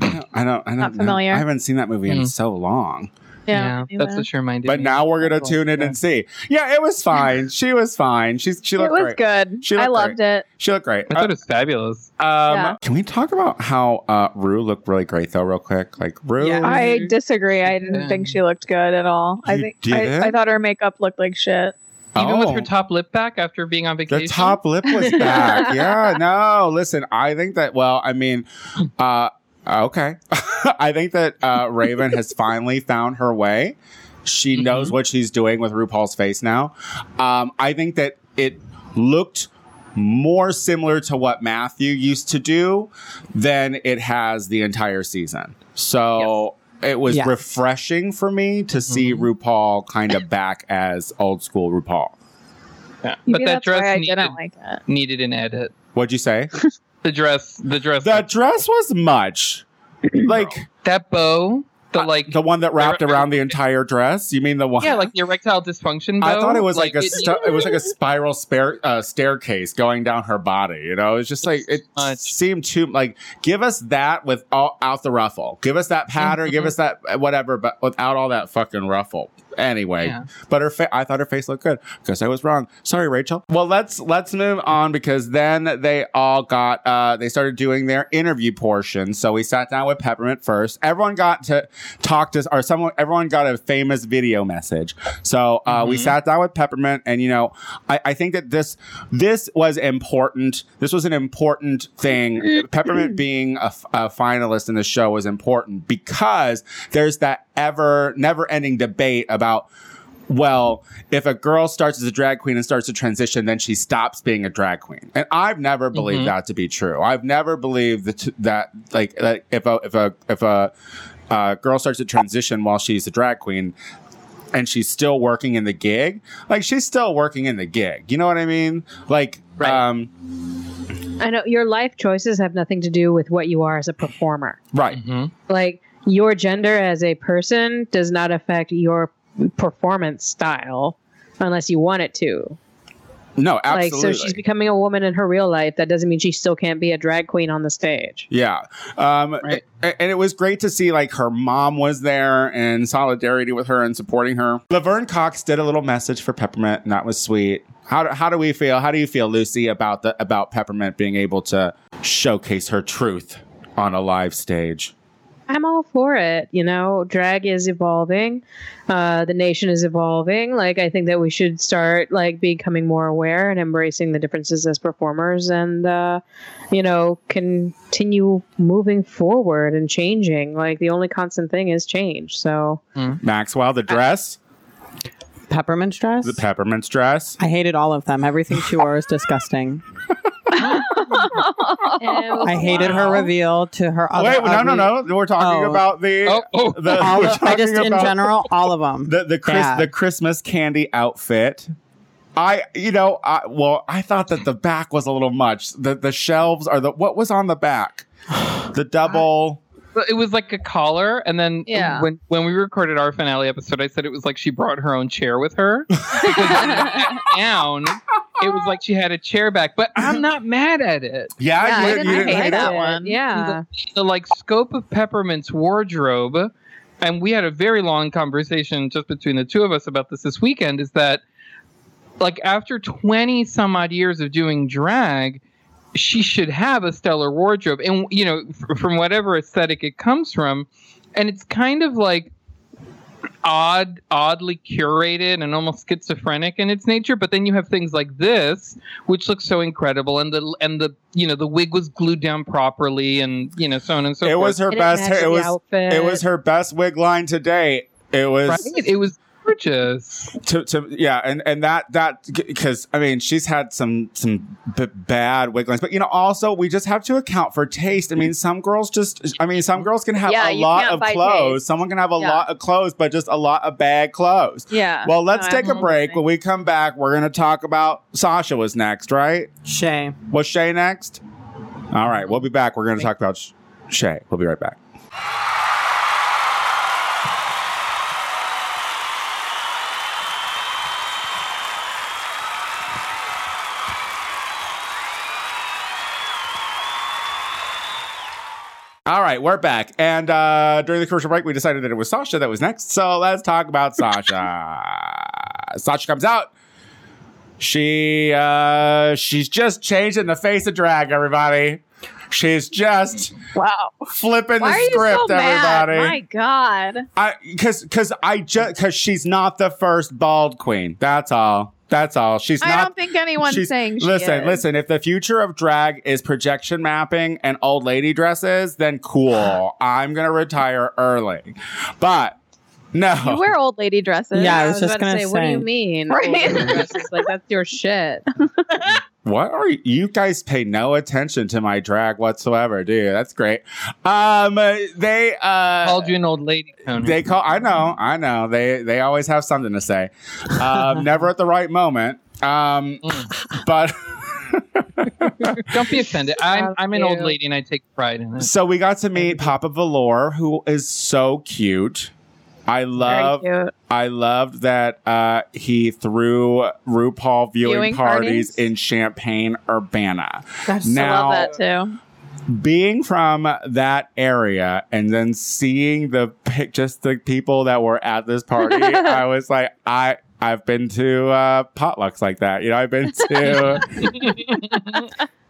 S3: I don't. I don't.
S4: Not
S3: know.
S4: familiar.
S3: I haven't seen that movie in
S7: Mm.
S3: so long.
S7: that's what she reminded
S3: But
S7: me.
S3: now we're gonna
S7: Cool.
S3: tune in
S7: Yeah.
S3: and see. Yeah, it was fine. she was fine. She's she
S4: It
S3: looked
S4: was
S3: great.
S4: good.
S3: She
S4: I
S3: looked
S4: loved it.
S3: She looked great.
S7: I thought it was fabulous.
S3: Uh, um,
S4: Yeah.
S3: Can we talk about how uh, Rue looked really great though, real quick? Like Rue.
S6: Yeah.
S4: I disagree. I didn't
S7: Yeah.
S4: think she looked good at all. I
S3: You
S4: think
S3: didn't?
S4: I, I thought her makeup looked like shit.
S7: Even with her
S3: Oh.
S7: top lip back after being on vacation.
S3: The top lip was back. yeah, no, listen, I think that, well, I mean, uh, okay. I think that uh, Raven has finally found her way. She
S7: Mhm.
S3: knows what she's doing with RuPaul's face now. Um, I think that it looked more similar to what Matthew used to do than it has the entire season. So. It was
S6: Yeah.
S3: refreshing for me to see RuPaul kind of back as old school RuPaul.
S7: Yeah.
S4: Maybe
S7: But that
S4: that's why
S7: dress
S4: I
S7: needed,
S4: didn't like it.
S7: needed an edit.
S3: What'd you say?
S7: The dress the dress
S3: The dress was much. Like
S7: that bow, the like
S3: the one that wrapped around the entire dress. You mean the one?
S7: yeah, like the erectile dysfunction bow.
S3: I thought it was like, a
S7: it-
S3: stu- it was like a spiral spare, uh, staircase going down her body. You know, it's just like it
S7: Much.
S3: seemed too like give us that without out the ruffle. Give us that pattern. Give us
S7: Mm-hmm.
S3: that uh, whatever, but without all that fucking ruffle. Anyway,
S7: Yeah.
S3: but her fa- I thought her face looked good because I was wrong. Sorry, Rachel. Well, let's let's move on because then they all got uh they started doing their interview portion. So we sat down with Peppermint first. Everyone got to talk to or someone everyone got a famous video message. So uh we
S7: Mhm.
S3: sat down with Peppermint and you know, I, I think that this this was important. This was an important thing. Peppermint being a, f- a finalist in the show was important because there's that ever never ending debate about well, if a girl starts as a drag queen and starts to transition, then she stops being a drag queen. And I've never believed
S1: Mm-hmm.
S7: Mhm.
S3: that to be true. I've never believed that, that like, that if a if a if a uh, girl starts to transition while she's a drag queen and she's still working in the gig, like she's still working in the gig. You know what I mean? Like,
S7: Right.
S3: um,
S1: I know your life choices have nothing to do with what you are as a performer.
S3: right.
S7: Mhm.
S1: Like your gender as a person does not affect your performance style unless you want it to.
S3: No, absolutely.
S1: Like so she's becoming a woman in her real life that doesn't mean she still can't be a drag queen on the stage.
S3: Yeah. Um,
S7: Right.
S3: a- And it was great to see like her mom was there and solidarity with her and supporting her. Laverne Cox did a little message for Peppermint and that was sweet. How do, how do we feel? How do you feel, Lucy, about the about Peppermint being able to showcase her truth on a live stage?
S1: I'm all for it. You know, drag is evolving. Uh, the nation is evolving. Like, I think that we should start like becoming more aware and embracing the differences as performers, and uh, you know, continue moving forward and changing. Like, the only constant thing is change. So,
S3: Maxwell, the dress,
S6: Peppermint dress.
S3: the Peppermint's dress.
S6: I hated all of them. Everything she wore was disgusting.
S4: Oh,
S1: Oh,
S6: I hated her reveal to her other.
S3: Oh, Wait, no, no,
S6: ugly-
S3: no. We're talking
S6: Oh.
S3: about the
S7: Oh, oh.
S3: the
S6: All
S3: we're
S6: of, I just
S3: talking
S6: in
S3: about-
S6: general, all of them.
S3: the the Chris,
S6: Bad.
S3: the Christmas candy outfit. I you know I well I thought that the back was a little much. The the shelves are the what was on the back? The double
S7: But it was like a collar and then
S4: Yeah.
S7: when when we recorded our finale episode i said it was like she brought her own chair with her because when it sat down it was like she had a chair back but i'm not mad at it
S3: yeah,
S4: Yeah, I didn't hate
S3: it?
S4: that one.
S1: Yeah.
S7: the like scope of peppermint's wardrobe and we had a very long conversation just between the two of us about this this weekend is that like after 20 some odd years of doing drag she should have a stellar wardrobe and you
S3: Mm-hmm.
S7: know f- from whatever aesthetic it comes from and it's kind of like odd, oddly curated and almost schizophrenic in its nature. But then you have things like this, which looks so incredible, and the and the you know the wig was glued down properly, and you know so on and so
S3: it
S7: forth.
S3: was her
S1: It
S3: best.
S1: matches
S3: It
S1: the
S3: was
S1: outfit.
S3: it was her best wig line today. It was
S7: right. It was gorgeous.
S3: to, to yeah, and and that that because I mean she's had some some b- bad wig lines, but you know also we just have to account for taste. I mean some girls just I mean some girls can have
S4: Yeah,
S3: a
S4: you
S3: lot
S4: can't
S3: of
S4: buy
S3: clothes.
S4: taste.
S3: Someone can have a
S4: Yeah.
S3: lot of clothes, but just a lot of bad clothes.
S4: Yeah.
S3: Well, let's
S4: No,
S3: take a break.
S4: absolutely.
S3: When we come back, we're gonna talk about Sasha was next, right?
S6: Shay.
S3: Was Shay next? All right, we'll be back. We're gonna talk about Sh- Shay. We'll be right back. All right, we're back. And uh, during the commercial break, we decided that it was Sasha that was next. So let's talk about Sasha. Sasha comes out. She uh, she's just changing the face of drag, everybody. She's just
S4: Wow.
S3: flipping
S4: Why are
S3: the
S4: you
S3: script,
S4: so mad? My
S3: everybody.
S4: God.
S3: I because because I just because she's not the first bald queen. That's all. That's all. She's
S4: I
S3: not
S4: don't think anyone's
S3: She's-
S4: saying she
S3: listen,
S4: is.
S3: listen. If the future of drag is projection mapping and old lady dresses, then cool. I'm gonna retire early, but
S4: You
S3: no,
S4: wear old lady dresses.
S6: Yeah, I was
S1: was
S6: just
S1: about to
S6: gonna
S1: say, what do you
S6: say.
S1: mean?
S4: Right.
S1: Older dresses? like that's your shit.
S3: what are you, you guys? Pay no attention to my drag whatsoever, do you? That's great. Um, they uh,
S7: Called you an old lady, Tony.
S3: They call. I know. I know. They they always have something to say. Um, never at the right moment. Um, but
S7: Mm. Don't be offended. I'm
S1: How
S7: I'm an old
S1: cute.
S7: lady and I take pride in it.
S3: so we got to meet Papa Valor, who is so cute. I love.
S4: Very cute.
S3: I loved that uh, he threw RuPaul viewing,
S4: Viewing
S3: parties,
S4: parties?
S3: in Champaign, Urbana.
S6: That's
S4: I
S3: now,
S4: love that too.
S3: being from that area and then seeing the pic- just the people that were at this party, I was like, I. I've been to uh, potlucks like that. You know, I've been to.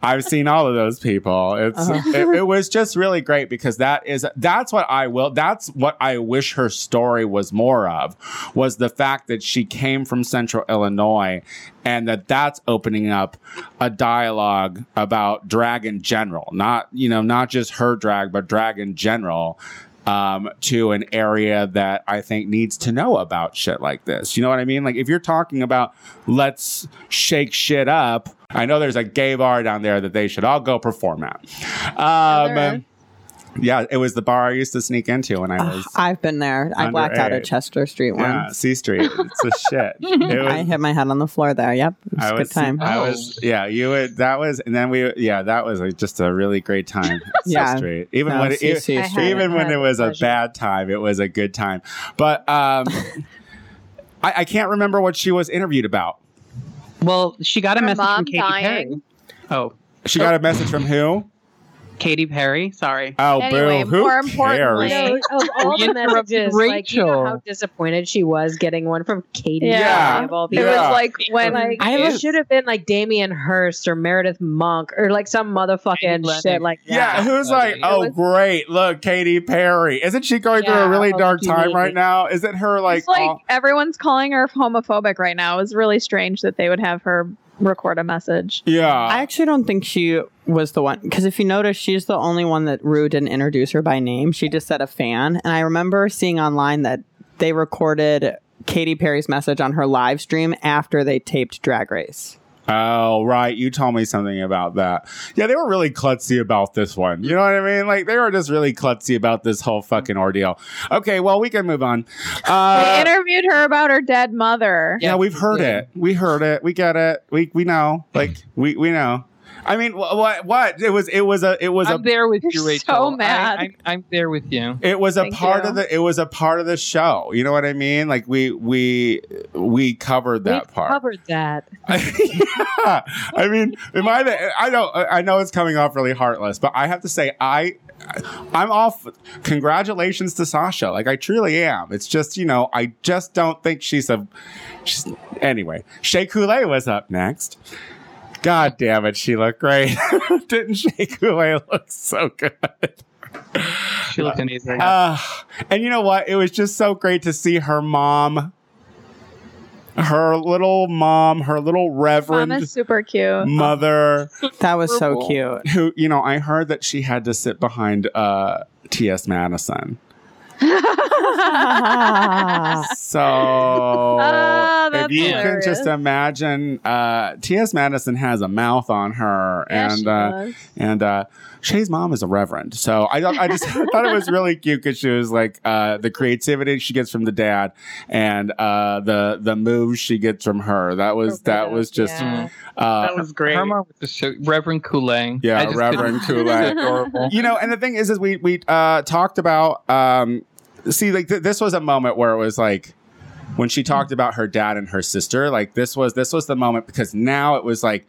S3: I've seen all of those people. It's
S6: Uh-huh.
S3: it, it was just really great because that is that's what I will. That's what I wish her story was more of was the fact that she came from Central Illinois and that that's opening up a dialogue about drag in general, not you know not just her drag, but drag in general. Um, to an area that I think needs to know about shit like this. You know what I mean? Like if you're talking about let's shake shit up, I know there's a gay bar down there that they should all go perform at. Um,
S4: there is.
S3: yeah, it was the bar I used to sneak into when I
S6: Ugh,
S3: was
S6: I've been there. I blacked out
S3: Underage.
S6: at Chester Street
S3: yeah,
S6: once.
S3: C Street. It's a shit. It was,
S6: I hit my head on the floor there. Yep. It was
S3: I
S6: a
S3: was,
S6: good time.
S3: I was,
S4: Oh.
S3: yeah, you would, that was, and then we, yeah, that was like just a really great time. at C
S6: Yeah.
S3: Street. Even
S6: No,
S3: when, it,
S6: see-
S3: e-
S6: see-
S1: I
S6: see.
S1: had-
S3: even when
S1: had
S3: it was a
S1: pleasure.
S3: bad time, it was a good time. But, um, I, I can't remember what she was interviewed about.
S2: Well, she got a
S4: Her
S2: message
S4: mom
S2: from Katy
S4: dying.
S2: Perry. Oh,
S3: She got a message from who?
S2: Katy Perry. Sorry.
S3: Oh,
S4: Anyway,
S3: boo. Who
S4: more
S3: cares?
S4: importantly-
S1: No, of all the
S7: interrupted
S1: messages, like you know how
S7: Rachel.
S1: disappointed she was getting one from Katie.
S4: Yeah.
S1: of all
S3: Yeah.
S4: It
S1: people.
S4: was like when
S1: Like,
S6: I
S1: it
S6: was-
S1: should have been like Damien Hirst or Meredith Monk or like some
S7: Katie
S1: motherfucking
S7: Lennon.
S1: shit like
S3: Yeah, who's like,
S7: It
S3: oh,
S4: was-
S3: great, look, Katy Perry. Isn't she going through a
S1: Yeah,
S3: really
S1: oh,
S3: dark
S1: you
S3: time
S1: mean-
S3: right now? Isn't her like,
S4: it's like
S3: all-
S4: everyone's calling her homophobic right now. It was really strange that they would have her record a message.
S6: I
S3: yeah,
S6: actually don't think she was the one because if you notice, she's the only one that Rue didn't introduce her by name. She just said a fan, and I remember seeing online that they recorded Katy Perry's message on her live stream after they taped Drag Race.
S3: oh, right, you told me something about that. Yeah, they were really klutzy about this one. You know what I mean? Like, they were just really klutzy about this whole fucking ordeal. Okay, well, we can move on.
S4: they
S3: Uh,
S4: interviewed her about her dead mother.
S3: yeah, Mm. we've heard it. We heard it. We get it. We we know. Like, we we know. I mean, wh- what what it was it was a it was
S7: I'm
S3: a
S7: there with you,
S4: You're so
S7: Rachel. I-
S4: mad.
S7: I'm, I'm there with you.
S3: it was a
S4: Thank
S3: part
S4: you.
S3: of the it was a part of the show you know what i mean like we we we covered that
S1: We've
S3: part
S1: covered that.
S3: yeah. i mean am i the, i know i know it's coming off really heartless but i have to say i i'm off congratulations to sasha like i truly am it's just you know i just don't think she's a she's anyway shay Coulee was up next God damn it, she looked great. Didn't Shay Coulee look so good?
S7: She looked amazing.
S3: Uh, and you know what? It was just so great to see her mom, her little mom, her little reverend
S4: Mama's super cute.
S3: mother,
S6: That was so
S7: Purple.
S6: cute.
S3: who, you know, I heard that she had to sit behind uh, T.S. Madison. So,
S4: Ah,
S3: if
S4: that's
S3: you
S4: hilarious.
S3: can just imagine, uh, T.S. Madison has a mouth on her,
S4: Yeah,
S3: and
S4: she
S3: uh,
S4: does.
S3: And uh, Shay's mom is a reverend, so I thought I just thought it was really cute because she was like uh, the creativity she gets from the dad, and uh, the the moves she gets from her. That was that was just
S7: yeah.
S3: uh,
S2: that was great.
S7: Her mom was just so, Reverend Coulang.
S3: Yeah, Reverend Coulang.
S7: Adorable.
S3: you know. And the thing is, is we we uh, talked about um, see like th- this was a moment where it was like when she talked about her dad and her sister. Like this was this was the moment because now it was like.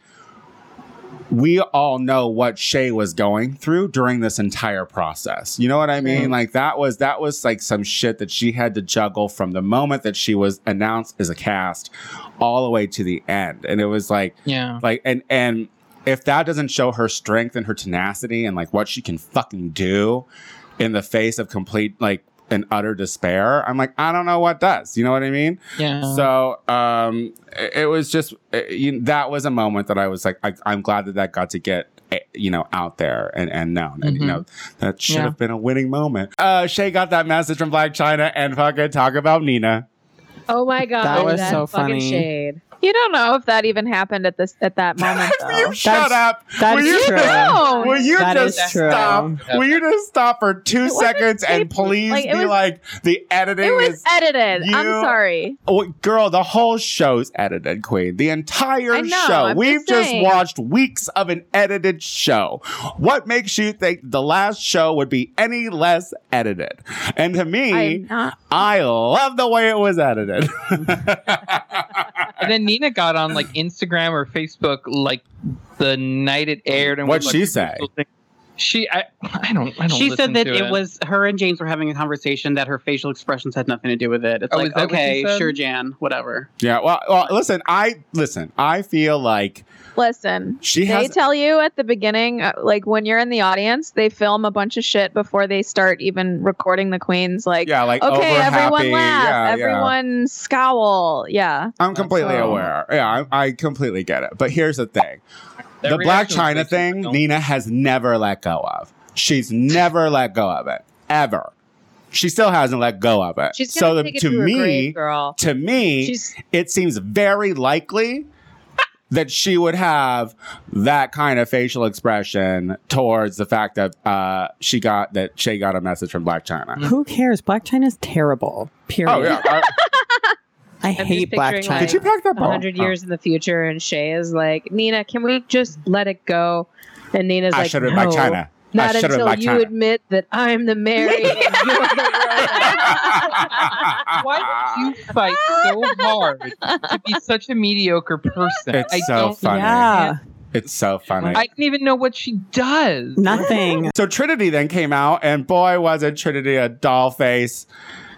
S3: we all know what Shay was going through during this entire process. You know what I mean? Like that was that was like some shit that she had to juggle from the moment that she was announced as a cast all the way to the end. And it was like
S7: Yeah.
S3: like and and if that doesn't show her strength and her tenacity and like what she can fucking do in the face of complete like and utter despair, I'm like I don't know what does. You know what I mean?
S7: Yeah.
S3: So um, it it was just it, you, that was a moment that I was like, I, I'm glad that that got to get eh, you know out there and and known. And you
S7: Mhm.
S3: know that should
S7: Yeah.
S3: have been a winning moment. Uh, Shay got that message from Black China and fucking talk about Nina.
S1: Oh my god,
S6: That was so
S1: fucking
S6: funny.
S1: shade.
S4: You don't know if that even happened at this at that moment.
S3: you
S4: Though. Oh,
S3: shut up.
S6: That's
S3: Will you
S6: true.
S3: just-
S4: No.
S3: Will you
S6: That
S3: just
S6: is true.
S3: stop? Will you just stop for two
S4: wasn't
S3: seconds and
S4: taped.
S3: please
S4: Like, it
S3: be
S4: was-
S3: like the editing
S4: It was e-
S3: is?
S4: edited. I'm
S3: you-
S4: sorry.
S3: Oh, girl, the whole show's edited, Queen. The entire
S4: I know,
S3: show.
S4: I'm
S3: We've
S4: just
S3: just
S4: saying.
S3: watched weeks of an edited show. What makes you think the last show would be any less edited? And to me,
S4: I'm not.
S3: I love the way it was edited.
S7: And then Nina got on like Instagram or Facebook like the night it aired. And
S3: What'd
S7: was,
S3: she
S7: like,
S3: say?
S7: She, I, I don't, I don't.
S2: She said
S7: listen
S2: that
S7: to
S2: it. was her and James were having a conversation that her facial expressions had nothing to do with it. It's
S7: Oh, is
S2: like
S7: that what she
S2: okay,
S7: said?
S2: sure, Jan, whatever.
S3: yeah. Well, well, listen. I listen. I feel like
S4: Listen.
S3: she
S4: They
S3: has.
S4: tell you at the beginning, uh, like when you're in the audience, they film a bunch of shit before they start even recording the queens. Like,
S3: yeah. Like
S4: okay,
S3: over
S4: everyone
S3: happy.
S4: laugh,
S3: Yeah, yeah.
S4: everyone scowl. Yeah,
S3: I'm completely
S7: all.
S3: aware. Yeah, I, I completely get it. But here's the thing:
S7: Their
S3: the Black
S7: reactions
S3: China
S7: makes me
S3: thing,
S7: go,
S3: Nina has never let go of. She's never let go of it ever. She still hasn't let go of it.
S1: She's
S3: so
S1: gonna
S3: the,
S1: take it
S3: to,
S1: to, her grave,
S3: me,
S1: girl.
S3: to me,
S1: She's
S3: it seems very likely that she would have that kind of facial expression towards the fact that uh, she got that Shay got a message from Black China.
S6: Who cares? Black China's terrible. Period.
S3: Oh yeah, I-
S6: I
S1: just
S6: hate Black
S1: picturing,
S6: China.
S1: like-
S3: could you pack that ball?
S1: 100 years in the future and Shay is like, Nina, can we just let it go? And Nina's
S3: I
S1: like,
S3: should have
S1: no,
S3: Black China. I
S1: not
S3: should've
S1: until
S3: Black
S1: you
S3: China."
S1: admit that I'm the Mary. and you're the
S7: Why would you fight so hard to be such a mediocre person?
S3: It's
S7: I
S3: so
S7: don't-
S3: funny.
S6: Yeah,
S3: It's so funny.
S7: I didn't even know what she does.
S6: nothing.
S3: So Trinity then came out, and boy, wasn't Trinity a doll face.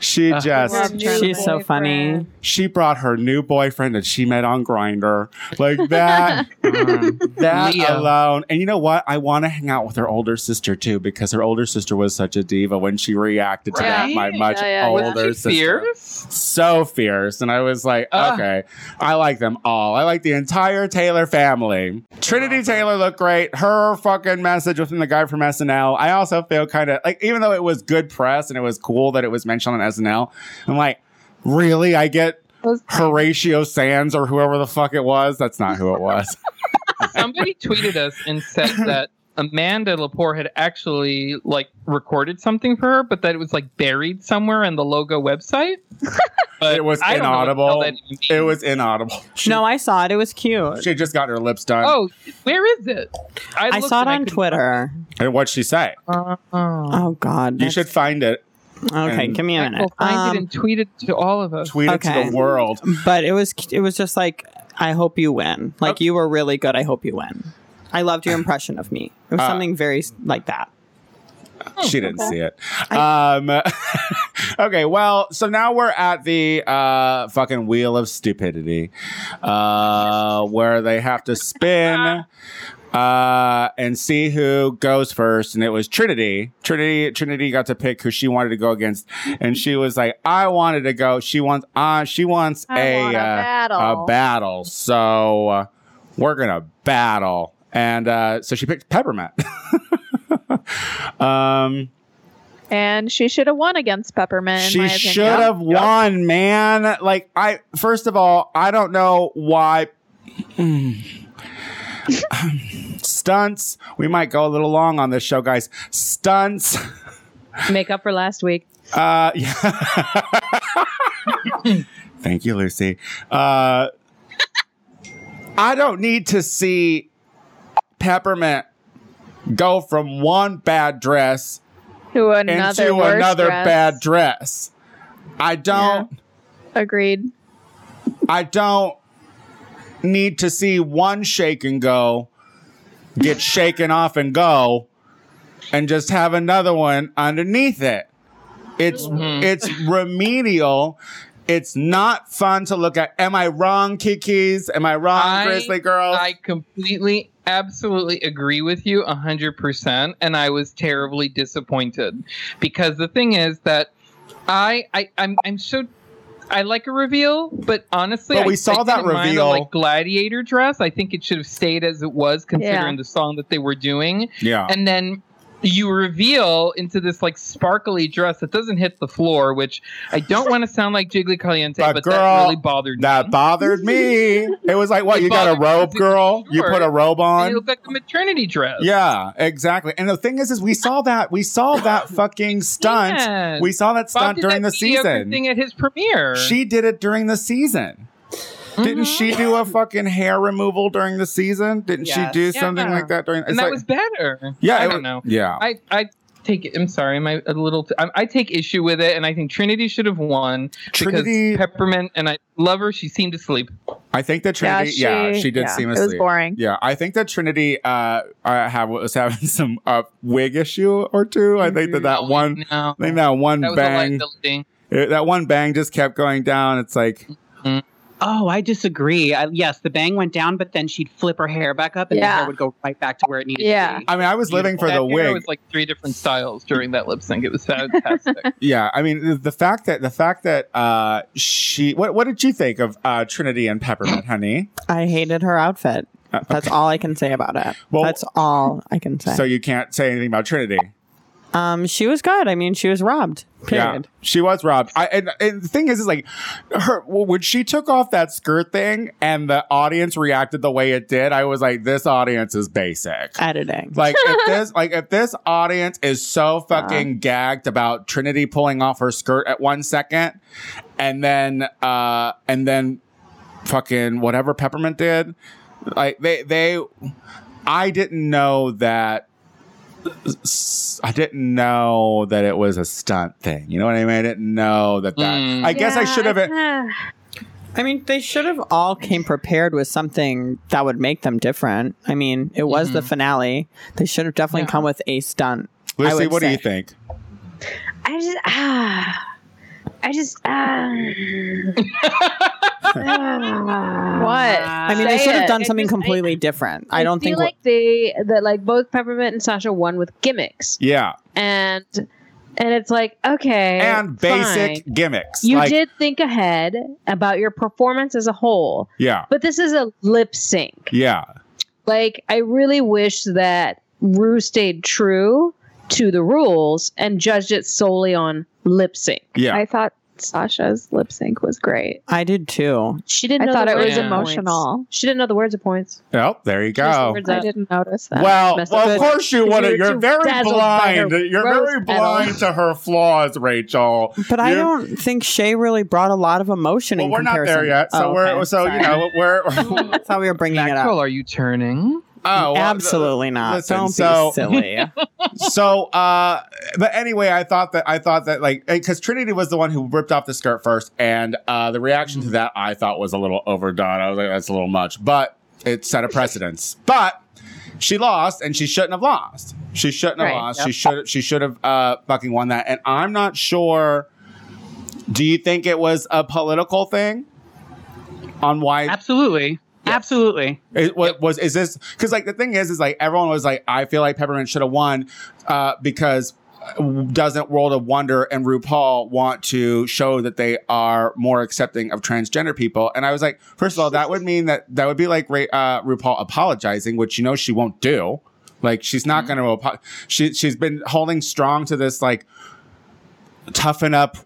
S3: She
S7: Uh,
S1: Royal
S3: just
S1: Royal
S6: She's so
S1: boyfriend.
S6: funny.
S3: she brought her new boyfriend that she met on Grinder like that
S7: Um,
S3: that
S7: Leo.
S3: alone. And you know what? I want to hang out with her older sister too because her older sister was such a diva when she reacted to that. My
S7: Right.
S3: much
S4: Yeah, yeah, yeah.
S3: older
S7: Wasn't
S3: sister
S7: she fierce?
S3: so fierce. And I was like,
S7: Ugh.
S3: okay, I like them all. I like the entire Taylor family. Trinity Taylor looked great. Her fucking message with the guy from SNL. I also feel kind of like, even though it was good press and it was cool that it was mentioned on SNL, I'm like, really? I get
S4: Was-
S3: Horatio Sands or whoever the fuck it was. That's not who it was.
S7: somebody tweeted us and said that Amanda Lepore had actually like recorded something for her, but that it was like buried somewhere on the logo website. But
S3: It was
S7: I don't know what the hell
S3: inaudible.
S7: that even means.
S3: it was inaudible. She,
S6: No, I saw it. It was cute.
S3: she just got her lips done.
S7: Oh, where is it?
S6: I
S7: looked
S6: saw it
S7: and I
S6: on
S7: couldn't
S6: Twitter.
S3: And what'd she say?
S7: find it.
S6: Oh God.
S3: You should find it,
S6: Okay,
S3: and-
S6: give me a
S7: I
S6: minute.
S7: will find
S6: Um,
S7: it and tweet it to all of us.
S3: tweet it
S6: Okay.
S3: to the world.
S6: but it was it was just like I hope you win. Like you were really good. I hope you win. I loved your impression of me. It was
S3: Uh,
S6: something very s- like that.
S3: she didn't see it. Um, Okay, well, so now we're at the uh, fucking wheel of stupidity, uh, where they have to spin uh, and see who goes first. And it was Trinity. Trinity Trinity got to pick who she wanted to go against, and she was like, "I wanted to go. She wants. Uh, she wants
S4: I
S3: a,
S4: want a
S3: uh,
S4: battle."
S3: A battle. So uh, we're gonna battle." And uh, so she picked peppermint. um,
S4: and she should have won against Peppermint. in my
S3: she
S4: opinion.
S3: should have won, man. Like I, first of all, I don't know why. stunts. We might go a little long on this show, guys. Stunts.
S1: Make up for last week.
S3: Uh, yeah. Thank you, Lucy. Uh, I don't need to see Peppermint go from one bad dress
S4: Who another
S3: into
S4: worse
S3: another
S4: dress.
S3: bad dress. I don't.
S4: Agreed.
S3: I don't need to see one shake and go get shaken off and go and just have another one underneath it. It's
S7: Mm-hmm.
S3: it's remedial. It's not fun to look at. Am I wrong, Kikis? Am I wrong,
S7: I-
S3: Grizzly Girls?
S7: I completely, absolutely agree with you 100%. And I was terribly disappointed because the thing is that I, I I'm, I'm so. I like a reveal, but honestly,
S3: But we
S7: I-
S3: saw
S7: I didn't
S3: that
S7: mind the,
S3: reveal.
S7: like gladiator dress. I think it should have stayed as it was, considering the song that they were doing.
S3: yeah.
S7: And then you reveal into this like sparkly dress that doesn't hit the floor, which I don't want to sound like Jiggly Caliente,
S3: But
S7: but,
S3: girl,
S7: that really bothered
S3: that
S7: me.
S3: bothered me. It was like, what,
S7: It
S3: you got a
S7: bothered me
S3: robe,
S7: because it
S3: girl?
S7: was
S3: You put a
S7: short,
S3: robe
S7: And
S3: on?
S7: it looked like a maternity dress.
S3: Yeah, exactly. And the thing is, is we saw that we saw that fucking stunt.
S7: Yes.
S3: We saw that stunt
S7: Bob did
S3: during
S7: that
S3: the
S7: mediocre
S3: season.
S7: Thing at his premiere.
S3: She did it during the season. Didn't she do
S7: Mm-hmm.
S3: a fucking hair removal during the season? Didn't she
S6: Yes.
S3: do something
S7: Yeah.
S3: like that during?
S7: and that was better.
S3: yeah.
S7: I
S3: it
S7: don't
S3: was-
S7: know.
S3: Yeah,
S7: I I take it. I'm sorry. Am I a little? T- I, I take issue with it, and I think Trinity should have won
S3: Trinity.
S7: because Peppermint and I love her. She seemed asleep.
S3: I think that Trinity. Yeah, she, did
S4: yeah,
S3: seem
S4: It was
S3: asleep.
S4: boring.
S3: Yeah, I think that Trinity uh, uh have was having some uh, wig issue or two. I think that that one,
S7: No,
S3: I think that one
S7: Mm-hmm. that was a
S3: bang,
S7: liability.
S3: it- that one bang just kept going down. It's like,
S2: Oh, I disagree. I, yes, the bang went down, but then she'd flip her hair back up, and the
S4: Yeah.
S2: hair would go right back to where it needed
S4: Yeah.
S2: to be.
S3: I mean, I was living for
S7: That
S3: the
S7: hair
S3: wig.
S7: was like three different styles during that lip sync. It was fantastic.
S3: Yeah, I mean the, the fact that the fact that uh, she. What what did you think of uh, Trinity and Peppermint, honey?
S6: I hated her outfit.
S3: Uh,
S6: That's all I can say about it.
S3: Well-
S6: That's all I can say.
S3: So you can't say anything about Trinity.
S6: um, she was good. I mean, she was robbed. Period.
S3: Yeah, she was robbed. I and, and the thing is, is like her when she took off that skirt thing and the audience reacted the way it did. I was like, this audience is basic.
S6: Editing.
S3: Like if this, like if this audience is
S1: Uh-huh.
S3: so fucking gagged about Trinity pulling off her skirt at one second, and then uh and then fucking whatever Peppermint did, like they they, I didn't know that. I didn't know that it was a stunt thing. You know what I mean? I didn't know that. That
S7: Mm.
S3: I guess I should have.
S6: I mean, they should have all came prepared with something that would make them different. I mean, it was
S3: Mm-hmm.
S6: the finale. They should have definitely come with a stunt. I
S3: Lucy,
S6: would
S3: what do
S6: say.
S3: you think?
S1: I just ah, I just ah.
S4: What?
S6: I mean, they
S1: Say
S6: should
S1: it.
S6: have done
S1: It
S6: something
S1: just- I-
S6: completely different. I don't
S1: feel
S6: think.
S1: like they that like both Peppermint and Sasha won with gimmicks,
S3: Yeah,
S1: and and it's like okay,
S3: and basic
S1: fine.
S3: gimmicks.
S1: You
S3: like,
S1: did think ahead about your performance as a whole,
S3: Yeah,
S1: but this is a lip sync.
S3: yeah.
S1: Like I really wish that Rue stayed true to the rules and judged it solely on lip sync.
S3: Yeah.
S4: I thought Sasha's lip sync was great.
S6: I did too.
S1: She didn't.
S4: I
S1: know
S4: thought
S1: the
S4: it
S1: words
S7: was
S1: of points.
S4: emotional.
S1: She didn't know the words of points.
S3: Oh, there you
S1: She just
S3: go.
S1: words
S4: I
S1: up.
S4: didn't notice that.
S3: Well,
S1: messed
S3: well
S1: up.
S3: of
S1: But
S3: course you wouldn't.
S1: you're
S3: You're
S1: too
S3: very
S1: dazzled by her
S3: blind. You're
S1: rose
S3: very
S1: petals.
S3: blind to her flaws, Rachel.
S6: But I
S3: You-
S6: don't think Shay really brought a lot of emotion
S3: Well,
S6: in
S3: we're not
S6: comparison.
S3: there yet, so
S6: Oh,
S3: we're
S6: okay.
S3: so you
S6: Sorry.
S3: know we're
S6: That's how we were bringing it
S7: Maxwell,
S6: up.
S7: are you turning?
S3: oh well,
S6: Absolutely not.
S3: listen,
S6: don't
S3: so-
S6: be silly.
S3: so uh but anyway i thought that i thought that like because trinity was the one who ripped off the skirt first and uh the reaction to that i thought was a little overdone i was like that's a little much but it set a precedence but she lost and she shouldn't have lost she shouldn't have
S1: Right,
S3: lost she should she should have uh fucking won that and i'm not sure Do you think it was a political thing? On why
S2: Absolutely. Absolutely.
S3: It, what was is this? Because like the thing is, is like everyone was like, I feel like Peppermint should have won uh, because uh, doesn't World of Wonder and RuPaul want to show that they are more accepting of transgender people? And I was like, first of all, that would mean that that would be like Ra- uh, RuPaul apologizing, which you know she won't do. Like she's not going to. Apo- she she's been holding strong to this like toughen up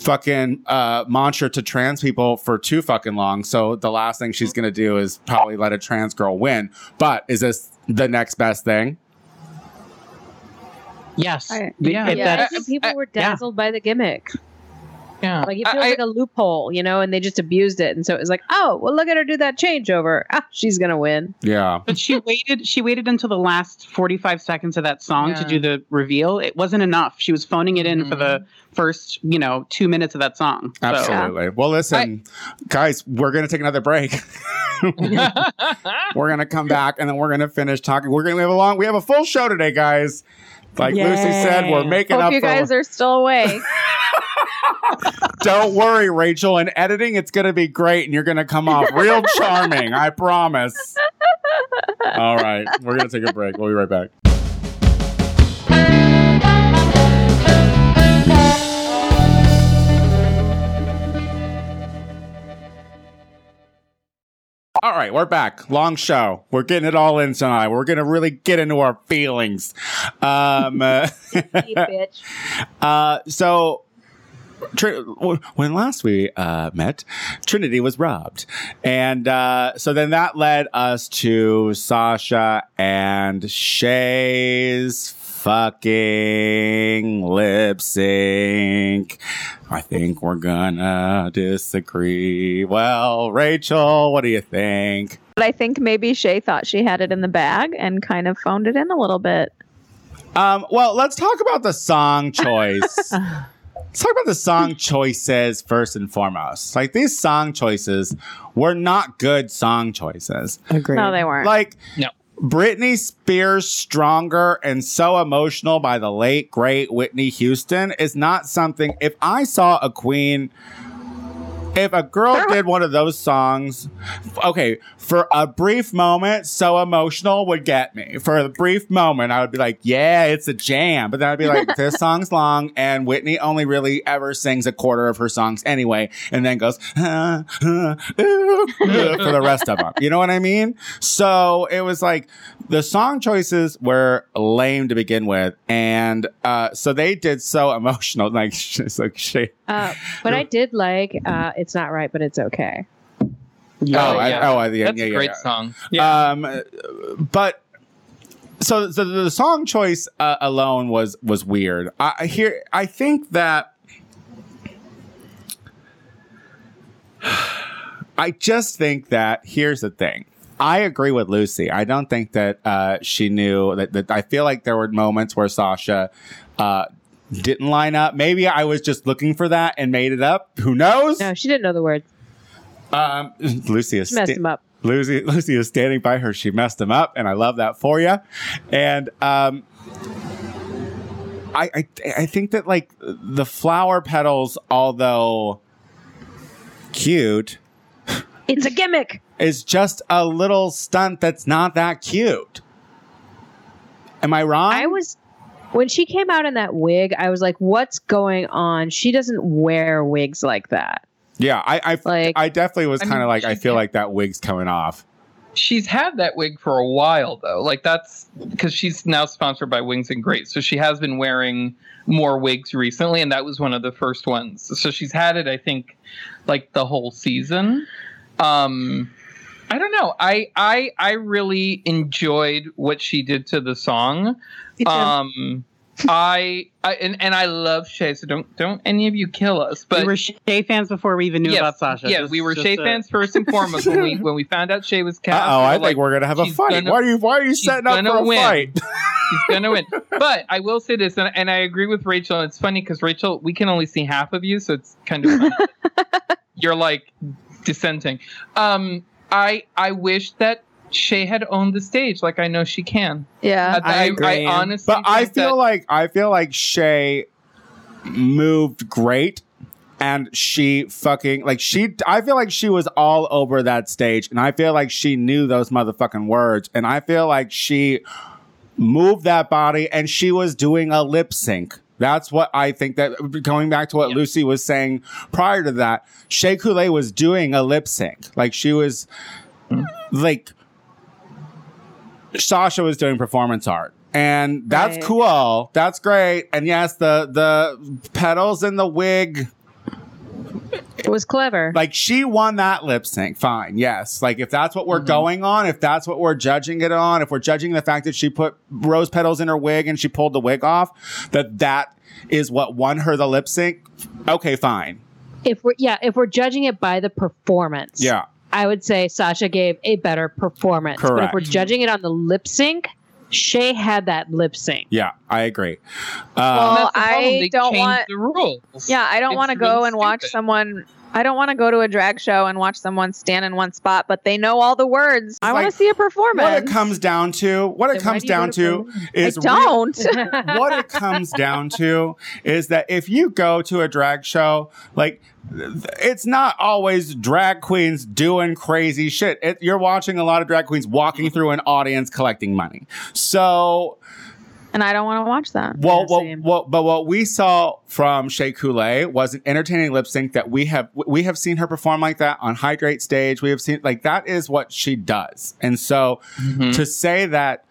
S3: fucking uh, mantra to trans people for too fucking long. So the last thing she's gonna do is probably let a trans girl win. But is this the next best thing?
S2: Yes.
S4: I-
S2: yeah.
S7: if
S1: yeah,
S7: that's-
S1: I think people were
S2: yeah.
S1: dazzled by the gimmick.
S7: Yeah.
S1: Like it
S7: I-
S1: feels
S7: I-
S1: like a loophole, you know, and they just abused it. And so it was like, oh, well, look at her do that changeover. Ah, she's gonna win.
S3: Yeah.
S2: But she waited. She waited until the last forty-five seconds of that song to
S7: Yeah.
S2: do the reveal. It wasn't enough. She was phoning it in for the
S7: Mm-hmm.
S2: first, you know, two minutes of that song. So-
S3: Absolutely. Well, listen, guys, we're gonna take another break. we're gonna come back and then we're gonna finish talking. We're gonna we have a long. We have a full show today, guys. Like Lucy said, we're
S6: Yay.
S3: making
S4: Hope
S3: up.
S4: you
S3: for-
S4: guys are still awake.
S3: Don't worry, Rachel. In editing, it's going to be great, and you're going to come off real charming. I promise. All right, we're going to take a break. We'll be right back. All right, we're back. Long show. We're getting it all in tonight. We're going to really get into our feelings. Um, uh,
S4: bitch.
S3: uh, so, Tr- when last we uh, met, Trinity was robbed. And uh, so then that led us to Sasha and Shay's fucking lip sync. I think we're gonna disagree. Well, Rachel, what do you think?
S4: But I think maybe Shay thought she had it in the bag and kind of phoned it in a little bit.
S3: Um, well, let's talk about the song choice. let's talk about the song choices first and foremost. Like these song choices were not good song choices.
S6: Agreed.
S4: No, they weren't.
S3: Like
S7: No.
S3: Britney Spears Stronger and So Emotional by the late great Whitney Houston is not something if I saw a queen if a girl did one of those songs, okay, for a brief moment, so emotional would get me. For a brief moment, I would be like, yeah, it's a jam. But then I'd be like, this song's long, and Whitney only really ever sings a quarter of her songs anyway, and then goes, "Uh, uh, ooh," for the rest of them. You know what I mean? So it was like the song choices were lame to begin with. And uh, so they did so emotional. Like, it's like, shit.
S1: Uh, but I did like uh, it's not right, but it's okay.
S3: oh, I,
S7: yeah.
S3: oh, I, yeah,
S7: That's
S3: yeah,
S7: a
S3: yeah,
S7: great
S3: yeah.
S7: song.
S3: Um, but so, so the song choice uh, alone was was weird. I I hear. I think that I just think that here's the thing. I agree with Lucy. I don't think that uh, she knew that, that. I feel like there were moments where Sasha uh, didn't line up. Maybe I was just looking for that and made it up. Who knows?
S1: No, she didn't know the words.
S3: Um, Lucy is
S1: She messed
S3: sti-
S1: him up.
S3: Lucy, Lucy is standing by her. She messed him up, and I love that for you. And um, I, I, I think that like the flower petals, although cute,
S1: It's a gimmick.
S3: is just a little stunt that's not that cute. Am I wrong?
S1: I was when she came out in that wig, I was like, what's going on? She doesn't wear wigs like that.
S3: yeah, I, I,
S1: Like
S3: I definitely was
S7: I
S3: kind of
S7: mean,
S3: like, I
S7: she's-
S3: feel like that wig's coming off.
S7: She's had that wig for a while though. Like that's because she's now sponsored by Wings and Great, so she has been wearing more wigs recently, and that was one of the first ones. So she's had it, I think, like the whole season. Um, I don't know. I I I really enjoyed what she did to the song. Um, I, I and and I love Shay. So don't don't any of you kill us. But
S2: we were Shay fans before we even knew
S7: Yes,
S2: about Sasha.
S7: Yeah,
S2: This
S7: we
S2: is
S7: were
S2: just
S7: Shay
S2: a-
S7: fans first and foremost when we when we found out Shay was
S3: Uh
S7: cast.
S3: oh,
S7: we were
S3: I
S7: like,
S3: think we're gonna have a
S7: she's
S3: fight.
S7: gonna-
S3: why are you, why are you
S7: she's
S3: setting up
S7: gonna
S3: for a
S7: win.
S3: fight?
S7: she's gonna win. But I will say this, and, and I agree with Rachel. And it's funny because Rachel, we can only see half of you, so it's kind of funny. you're like dissenting. Um, I I wish that Shay had owned the stage, like I know she can.
S4: yeah.
S6: I agree.
S7: honestly,
S3: But I
S7: think that-
S3: feel like I feel like Shay moved great. and she fucking like she I feel like she was all over that stage and I feel like she knew those motherfucking words and I feel like she moved that body and she was doing a lip sync. That's what I think that going back to what Lucy was saying prior to that, Shea Coulee was doing a lip sync. Like she was Hmm. like Sasha was doing performance art. And that's
S1: Right.
S3: cool. That's great. And yes, the the petals in the wig
S1: It was clever.
S3: like she won that lip sync fine yes like if that's what
S1: Mm-hmm.
S3: we're going on if that's what we're judging it on if we're judging the fact that she put rose petals in her wig and she pulled the wig off that that is what won her the lip sync okay fine
S1: if we're yeah, if we're judging it by the performance,
S3: yeah
S1: I would say Sasha gave a better performance. But if
S3: Correct.
S1: we're judging it on the lip sync, Shay had that lip sync.
S3: yeah i agree uh,
S4: Well,
S7: that's the problem.
S4: I
S7: They
S4: don't
S7: changed
S4: want-
S7: the rules.
S4: Yeah, I don't
S7: It's
S4: want to
S7: really
S4: go and watch
S7: stupid.
S4: someone. I don't want to go to a drag show and watch someone stand in one spot, but they know all the words. I want
S3: like,
S4: to see a performance.
S3: what it comes down to what it
S1: Then why
S3: comes
S1: do you go
S3: down
S1: to
S3: to is
S4: I
S3: real-
S4: don't.
S3: what it comes down to is that if you go to a drag show, like th- it's not always drag queens doing crazy shit. It, you're watching a lot of drag queens walking through an audience collecting money. So
S4: and I don't want to watch that.
S3: well,
S1: Yeah,
S3: well,
S1: same.
S3: well, but what we saw from Shea Coulee was an entertaining lip sync that we have we have seen her perform like that on Hydrate stage. We have seen like that is what she does, and so
S7: Mm-hmm.
S3: to say that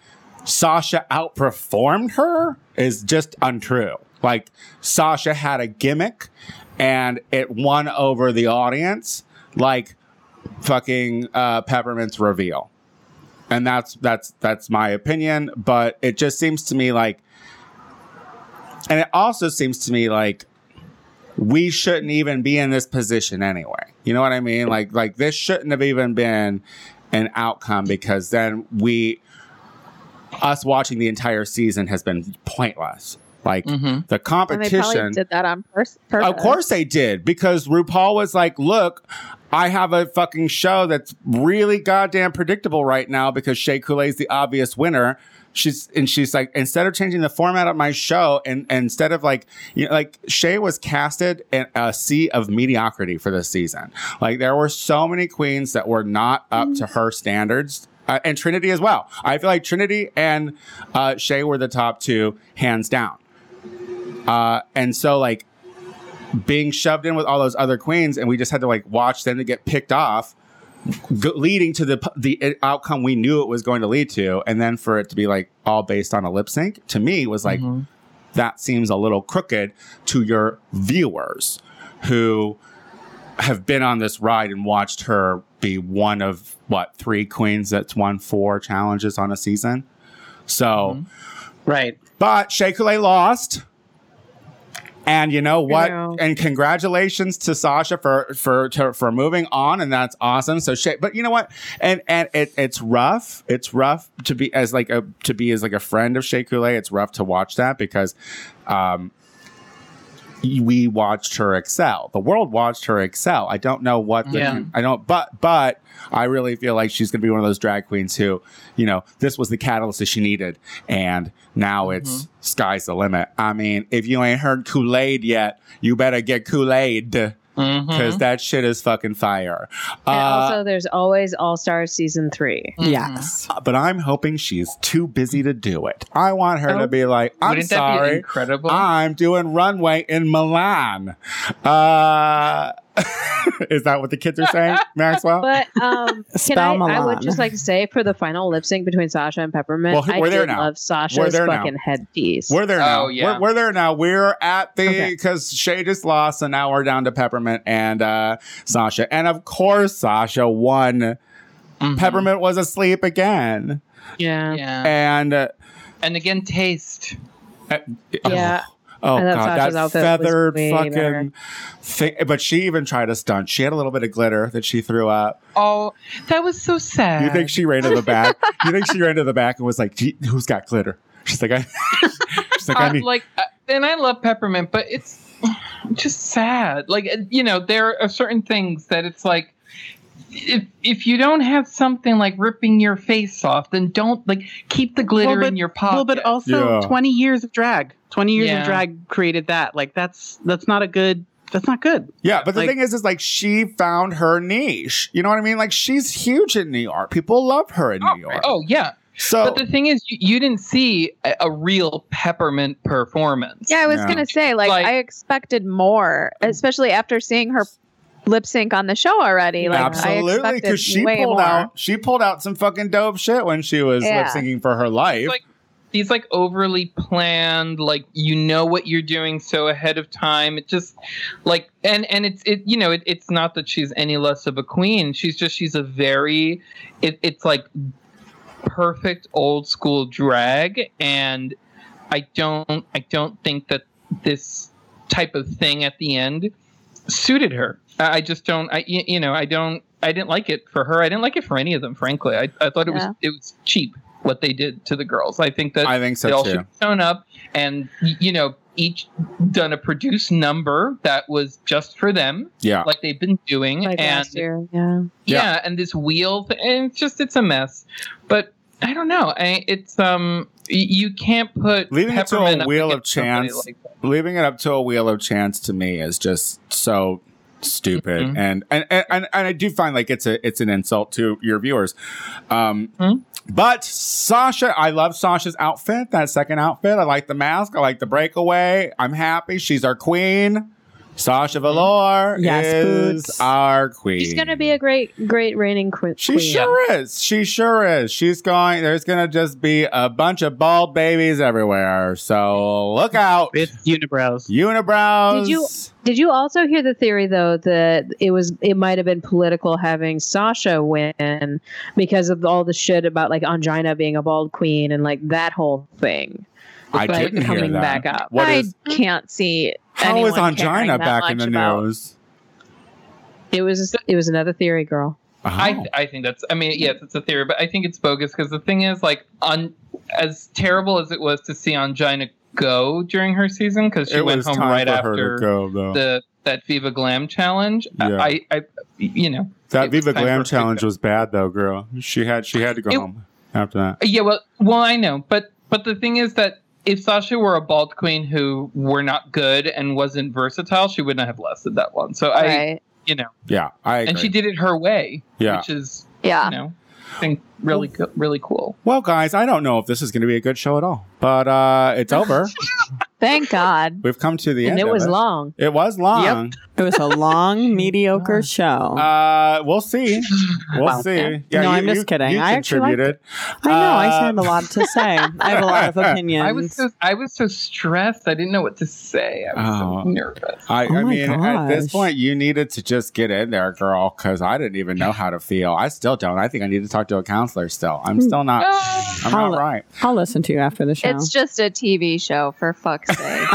S3: Sasha outperformed her is just untrue. Like Sasha had a gimmick, and it won over the audience, like fucking uh, Peppermint's reveal. And that's that's that's my opinion, but it just seems to me like and it also seems to me like we shouldn't even be in this position anyway. You know what I mean? Like like this shouldn't have even been an outcome because then we us watching the entire season has been pointless. Like
S7: Mhm.
S3: the
S4: Mm. And they probably
S3: competition
S4: did that on pur- purpose.
S3: of course they did because RuPaul was like, "Look, I have a fucking show that's really goddamn predictable right now because Shea Coulee's the obvious winner." She's and she's like, instead of changing the format of my show, and, and instead of like, you know, like Shay was casted in a sea of mediocrity for this season. Like there were so many queens that were not up to her standards. Uh, and Trinity as well. I feel like Trinity and uh, Shay were the top two, hands down. Uh, and so, like, being shoved in with all those other queens, and we just had to like watch them to get picked off, g- leading to the p- the outcome we knew it was going to lead to, and then for it to be like all based on a lip sync to me was
S7: Mm-hmm.
S3: like that seems a little crooked to your viewers who have been on this ride and watched her be one of what three queens that's won four challenges on a season. So.
S2: Right.
S3: But Shea Coulee lost. And you know what?
S1: know.
S3: And congratulations to Sasha for for to, for moving on, and that's awesome. So Shea, but you know what? And and it, it's rough. It's rough to be as like a to be as like a friend of Shea Coulee. It's rough to watch that because um, we watched her excel. The world watched her excel. I don't know what the
S2: Yeah.
S3: I don't. But but I really feel like she's going to be one of those drag queens who you know, this was the catalyst that she needed. And now it's sky's the limit. I mean, if you ain't heard Kool Aid yet, you better get Kool Aid because
S7: Mhm.
S3: that shit is fucking fire.
S1: And
S3: Uh,
S1: also, there's always All Stars season three.
S6: Yes.
S3: but I'm hoping she's too busy to do it. I want her to be like, I'm
S7: Wouldn't that be
S3: sorry.
S7: incredible?
S3: I'm doing runway in Milan. Uh, is that what the kids are saying, Maxwell?
S1: But um, can I,
S6: Spell
S1: I would
S6: Milan.
S1: just like to say for the final lip sync between Sasha and Peppermint,
S3: Well,
S1: I
S3: we're there
S1: did
S3: now.
S1: love Sasha's
S3: there now.
S1: fucking headpiece.
S3: We're there
S7: Oh,
S3: now.
S7: yeah.
S3: we're, we're there now. We're at the
S1: Okay.
S3: because Shay just lost, and now we're down to Peppermint and uh, Sasha. And of course, Sasha won.
S7: Mhm.
S3: Peppermint was asleep again,
S1: yeah. yeah.
S7: Yeah.
S3: and uh,
S7: And again, taste.
S3: Oh
S1: I thought
S3: god,
S1: Sasha's
S3: that
S1: outfit was
S3: feathered
S1: way better.
S3: fucking thing. But she even tried a stunt. She had a little bit of glitter that she threw up.
S7: Oh, that was so sad.
S3: You think she ran to the back? you think she ran to the back and was like, "Gee, "Who's got glitter?" She's like, "I." she's like, "I
S7: I,
S3: need."
S7: like, uh, and I love peppermint, but it's just sad. Like, uh, you know, there are certain things that it's like, if if you don't have something like ripping your face off, then don't like keep the glitter
S2: Well, but-
S7: in your pocket.
S2: Well, but also
S3: Yeah.
S2: 20 years of drag. 20 years
S7: Yeah.
S2: of drag created that. Like that's that's not a good That's not good.
S3: Yeah, but the
S2: Like-
S3: thing is, is like she found her niche. You know what I mean? Like she's huge in New York. People love her in New York.
S7: Oh yeah,
S3: so
S7: but the thing is, you, you didn't see a, a real peppermint performance.
S4: Yeah, I was
S3: Yeah.
S4: gonna say like,
S7: Like-
S4: I expected more, especially after seeing her lip sync on the show already. Like I
S3: absolutely,
S4: expected
S3: because she
S4: way
S3: pulled
S4: more.
S3: out she pulled out some fucking dope shit when she was
S4: Yeah.
S3: lip syncing for her life.
S7: Like- These like overly planned, like you know what you're doing so ahead of time. It just like and and it's it you know it, it's not that she's any less of a queen. She's just she's a very it, it's like perfect old school drag, and I don't I don't think that this type of thing at the end suited her. I I just don't. I you you know I don't. I didn't like it for her. I didn't like it for any of them. Frankly, I, I thought it
S4: Yeah.
S7: was it was cheap what they did to the girls. I think that
S3: I think
S7: they
S3: so
S7: all
S3: too.
S7: should have shown up and y- you know each done a produced number that was just for them,
S3: Yeah,
S7: like they've been doing.
S1: Like
S7: and
S1: last year.
S4: Yeah.
S3: Ah. Yeah.
S7: yeah. and this wheel th- and it's just it's a mess but i don't know I, it's um y- you can't put
S3: Leaving it to a
S7: peppermint up
S3: wheel of
S7: against somebody
S3: chance.
S7: like that.
S3: leaving it up to a wheel of chance to me is just so stupid
S1: Mm-hmm.
S7: Mhm.
S3: and, and and and i do find like it's a it's an insult to your viewers um
S7: Mhm.
S1: Mm-hmm.
S3: but sasha i love sasha's outfit that second outfit i like the mask i like the breakaway i'm happy she's our queen sasha valor
S6: Yes,
S3: is
S6: Boots.
S3: our queen
S1: Mm-hmm. She's gonna be a great, great reigning que-
S3: she
S1: queen.
S3: sure is. She sure is. She's going. There's gonna just be a bunch of bald babies everywhere. So look out,
S2: It's unibrows.
S3: unibrows.
S1: Did you- Did you also hear the theory though that it was it might have been political having Sasha win because of all the shit about like Angina being a bald queen and like that whole thing
S3: I
S1: like,
S3: didn't hear
S1: coming
S3: that.
S1: back up.
S3: What
S4: I
S3: is-
S4: can't see.
S3: How
S4: anyone
S3: is angina
S4: caring that
S3: back in the
S4: much about-
S3: news?
S1: It was it was another theory, girl.
S7: I, I think that's i mean yes it's a theory but i think it's bogus because the thing is like on as terrible as it was to see angina go during her season because she
S3: it
S7: went
S3: was
S7: home
S3: time
S7: right
S3: for her
S7: after
S3: to go, though.
S7: the that viva glam challenge
S3: Yeah.
S7: I, I you know
S3: that
S7: it was
S3: Viva
S7: time for
S3: Glam
S7: her to
S3: challenge
S7: go.
S3: was bad, though, girl. She had she had to go
S7: It-
S3: home after that.
S7: Yeah, well, well, I know, but but the thing is that if Sasha were a bald queen who were not good and wasn't versatile, she would not have lasted that long. So I,
S4: Right.
S7: you know,
S3: Yeah, I agree.
S7: and she did it her way,
S3: Yeah.
S7: which is
S4: Yeah.
S7: you know, I think really co- really cool.
S3: Well, guys, I don't know if this is going to be a good show at all, but uh, it's over.
S4: Thank God.
S3: We've come to the
S1: and
S3: end.
S1: it
S3: of
S1: was long.
S3: It was long.
S6: It was a
S4: Oh
S6: long, mediocre show.
S3: Uh, we'll see. We'll
S6: Wow.
S3: see.
S6: Yeah. No, I'm just kidding.
S3: You
S6: I actually liked
S3: contributed.
S6: I know. I
S3: uh,
S6: said a lot to say. I have a lot of opinions.
S7: I was so I was so stressed. I didn't know what to say. I was
S3: Oh.
S7: so nervous.
S3: I,
S6: Oh
S3: I
S6: my
S3: mean, at this
S6: gosh.
S3: point, you needed to just get in there, girl, because I didn't even know how to feel. I still don't. I think I need to talk to a counselor still. I'm still not.
S7: Ah.
S3: I'm not
S6: Holla-
S3: right.
S6: I'll listen to you after the show.
S4: It's just a TV show, for fuck's sake.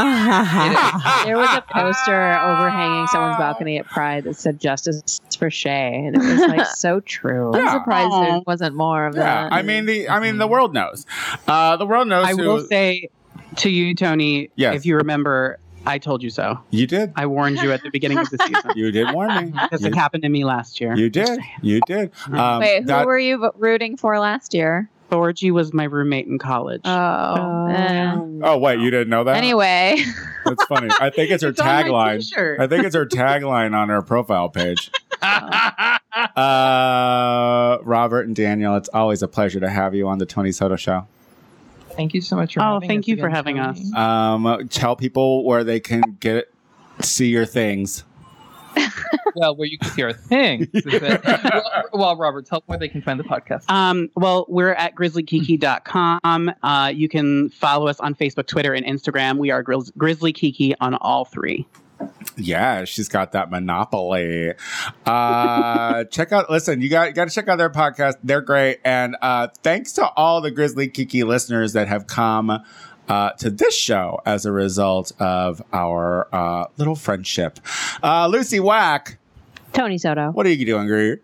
S1: There was a poster overhanging someone's balcony at Pride that said "Justice for Shay," and it was like so true.
S4: I'm
S3: Yeah.
S4: surprised there wasn't more of
S3: Yeah,
S4: that.
S3: I mean the I mean the world knows. Uh, the world knows.
S2: I
S3: who,
S2: will say to you, Tony,
S3: Yes.
S2: if you remember, I told you so.
S3: you did.
S2: I warned you at the beginning of the season
S3: You did warn me.
S2: because
S3: You,
S2: it happened to me last year.
S3: you did. You did. Um,
S4: Wait, who
S3: that-
S4: were you vo- rooting for last year?
S2: Thorgy was my roommate in college.
S4: Oh. eh.
S3: oh wait, you didn't know that.
S4: Anyway,
S3: that's funny. I think it's her tagline. I think it's her tagline on her profile page. Uh, Robert and Daniel, it's always a pleasure to have you on the Tony Soto Show.
S7: Thank you so much for
S2: Oh,
S7: having
S2: thank
S7: us
S2: you for
S7: again,
S2: having
S7: Tony.
S2: us.
S3: Um, tell people where they can get see your things.
S7: well, where you can hear things. is it? well, well, Robert, tell them where they can find the podcast.
S2: Um, well, we're at grizzlykiki.com. Uh, you can follow us on Facebook, Twitter, and Instagram. We are Grizz- Grizzly Kiki on all three.
S3: Yeah, she's got that monopoly. Uh, check out, listen, you got, got to check out their podcast. They're great. And uh, thanks to all the Grizzly Kiki listeners that have come uh, to this show as a result of our uh, little friendship. Uh, Lucy Wack,
S1: Tony Soto.
S3: what are you doing, Greer?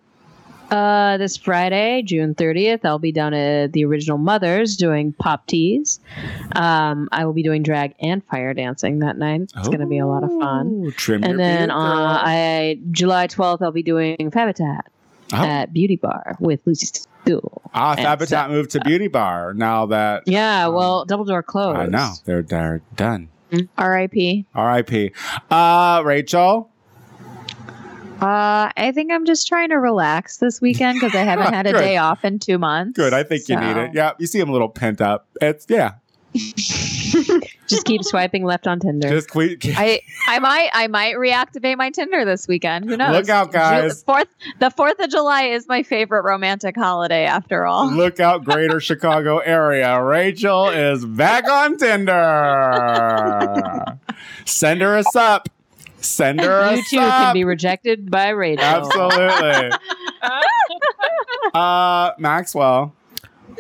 S1: Uh, this Friday, June 30th, I'll be down at the Original Mothers doing pop teas. Um, I will be doing drag and fire dancing that night. It's going to be a lot of fun.
S3: Ooh, Trim your
S1: And then
S3: beard,
S1: uh,
S3: girl.
S1: I July 12th, I'll be doing Fabitat
S3: Oh.
S1: at Beauty Bar with Lucy Stool.
S3: Ah,
S1: and
S3: Fabitat
S1: so- uh,
S3: moved to Beauty Bar now that
S1: Yeah, well, Double Door closed.
S3: I know they're they're done.
S4: R.I.P.
S3: R.I.P. Uh, Rachel.
S4: Uh, I think I'm just trying to relax this weekend because I haven't had a
S3: Good.
S4: day off in two months.
S3: Good. I think you need
S4: so-
S3: it. Yeah. You see him a little pent up. It's yeah.
S1: Just keep swiping left on Tinder.
S3: Just que-
S4: I I might I might reactivate my Tinder this weekend. Who knows?
S3: Look out,
S4: Ju-
S3: guys.
S4: Fourth the Fourth of July is my favorite romantic holiday after all.
S3: look out, Greater Chicago area. Rachel is back on Tinder. Send her a sup. Send her a
S1: You too
S3: sup.
S1: can be rejected by Rachel.
S3: Absolutely. uh, Maxwell.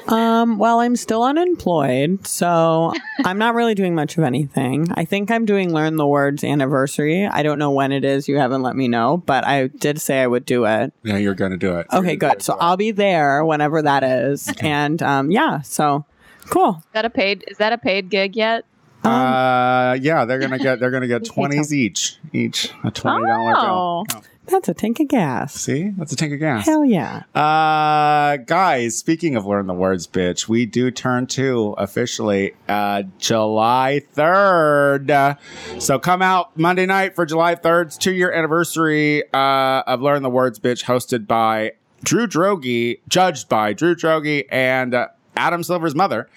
S6: Um, well, I'm still unemployed, so I'm not really doing much of anything. I think I'm doing Learn the Words anniversary. I don't know when it is. You haven't let me know, but I did say I would do it.
S3: Yeah, you're gonna do it.
S6: Okay,
S3: You're
S6: good. So
S3: gonna
S6: I'll be there whenever that is. And um, yeah, so cool.
S4: Is that a paid is that a paid gig yet?
S3: do it. Uh, yeah, they're gonna get they're gonna get twenties each, each a twenty dollar bill.
S4: Oh.
S6: That's a tank of gas.
S3: See, that's a tank of gas.
S6: Hell yeah.
S3: Uh, guys, speaking of learn the words, bitch, we do turn two officially uh, July 3rd. So come out Monday night for July 3rd's two year anniversary uh, of Learn the Words, bitch, hosted by Drew Drogi, judged by Drew Drogi and uh, Adam Silver's mother.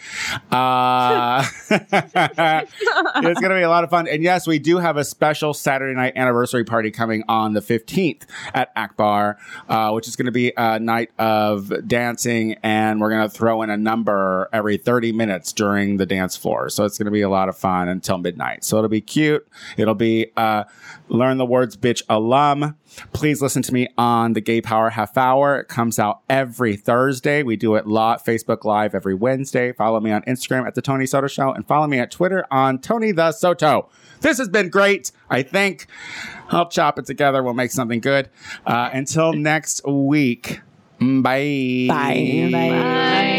S3: Uh, it's going to be a lot of fun. And yes, we do have a special Saturday night anniversary party coming on the 15th at Akbar, uh, which is going to be a night of dancing. And we're going to throw in a number every 30 minutes during the dance floor. So it's going to be a lot of fun until midnight. So it'll be cute. It'll be uh, Learn the Words Bitch alum. Please listen to me on the Gay Power Half Hour. It comes out every Thursday. We do it live, Facebook Live every Wednesday. Follow me on Instagram at The Tony Soto Show and follow me at Twitter on Tony The Soto. This has been great, I think. I'll chop it together. We'll make something good. Uh, until next week. Bye.
S6: Bye.
S4: Bye.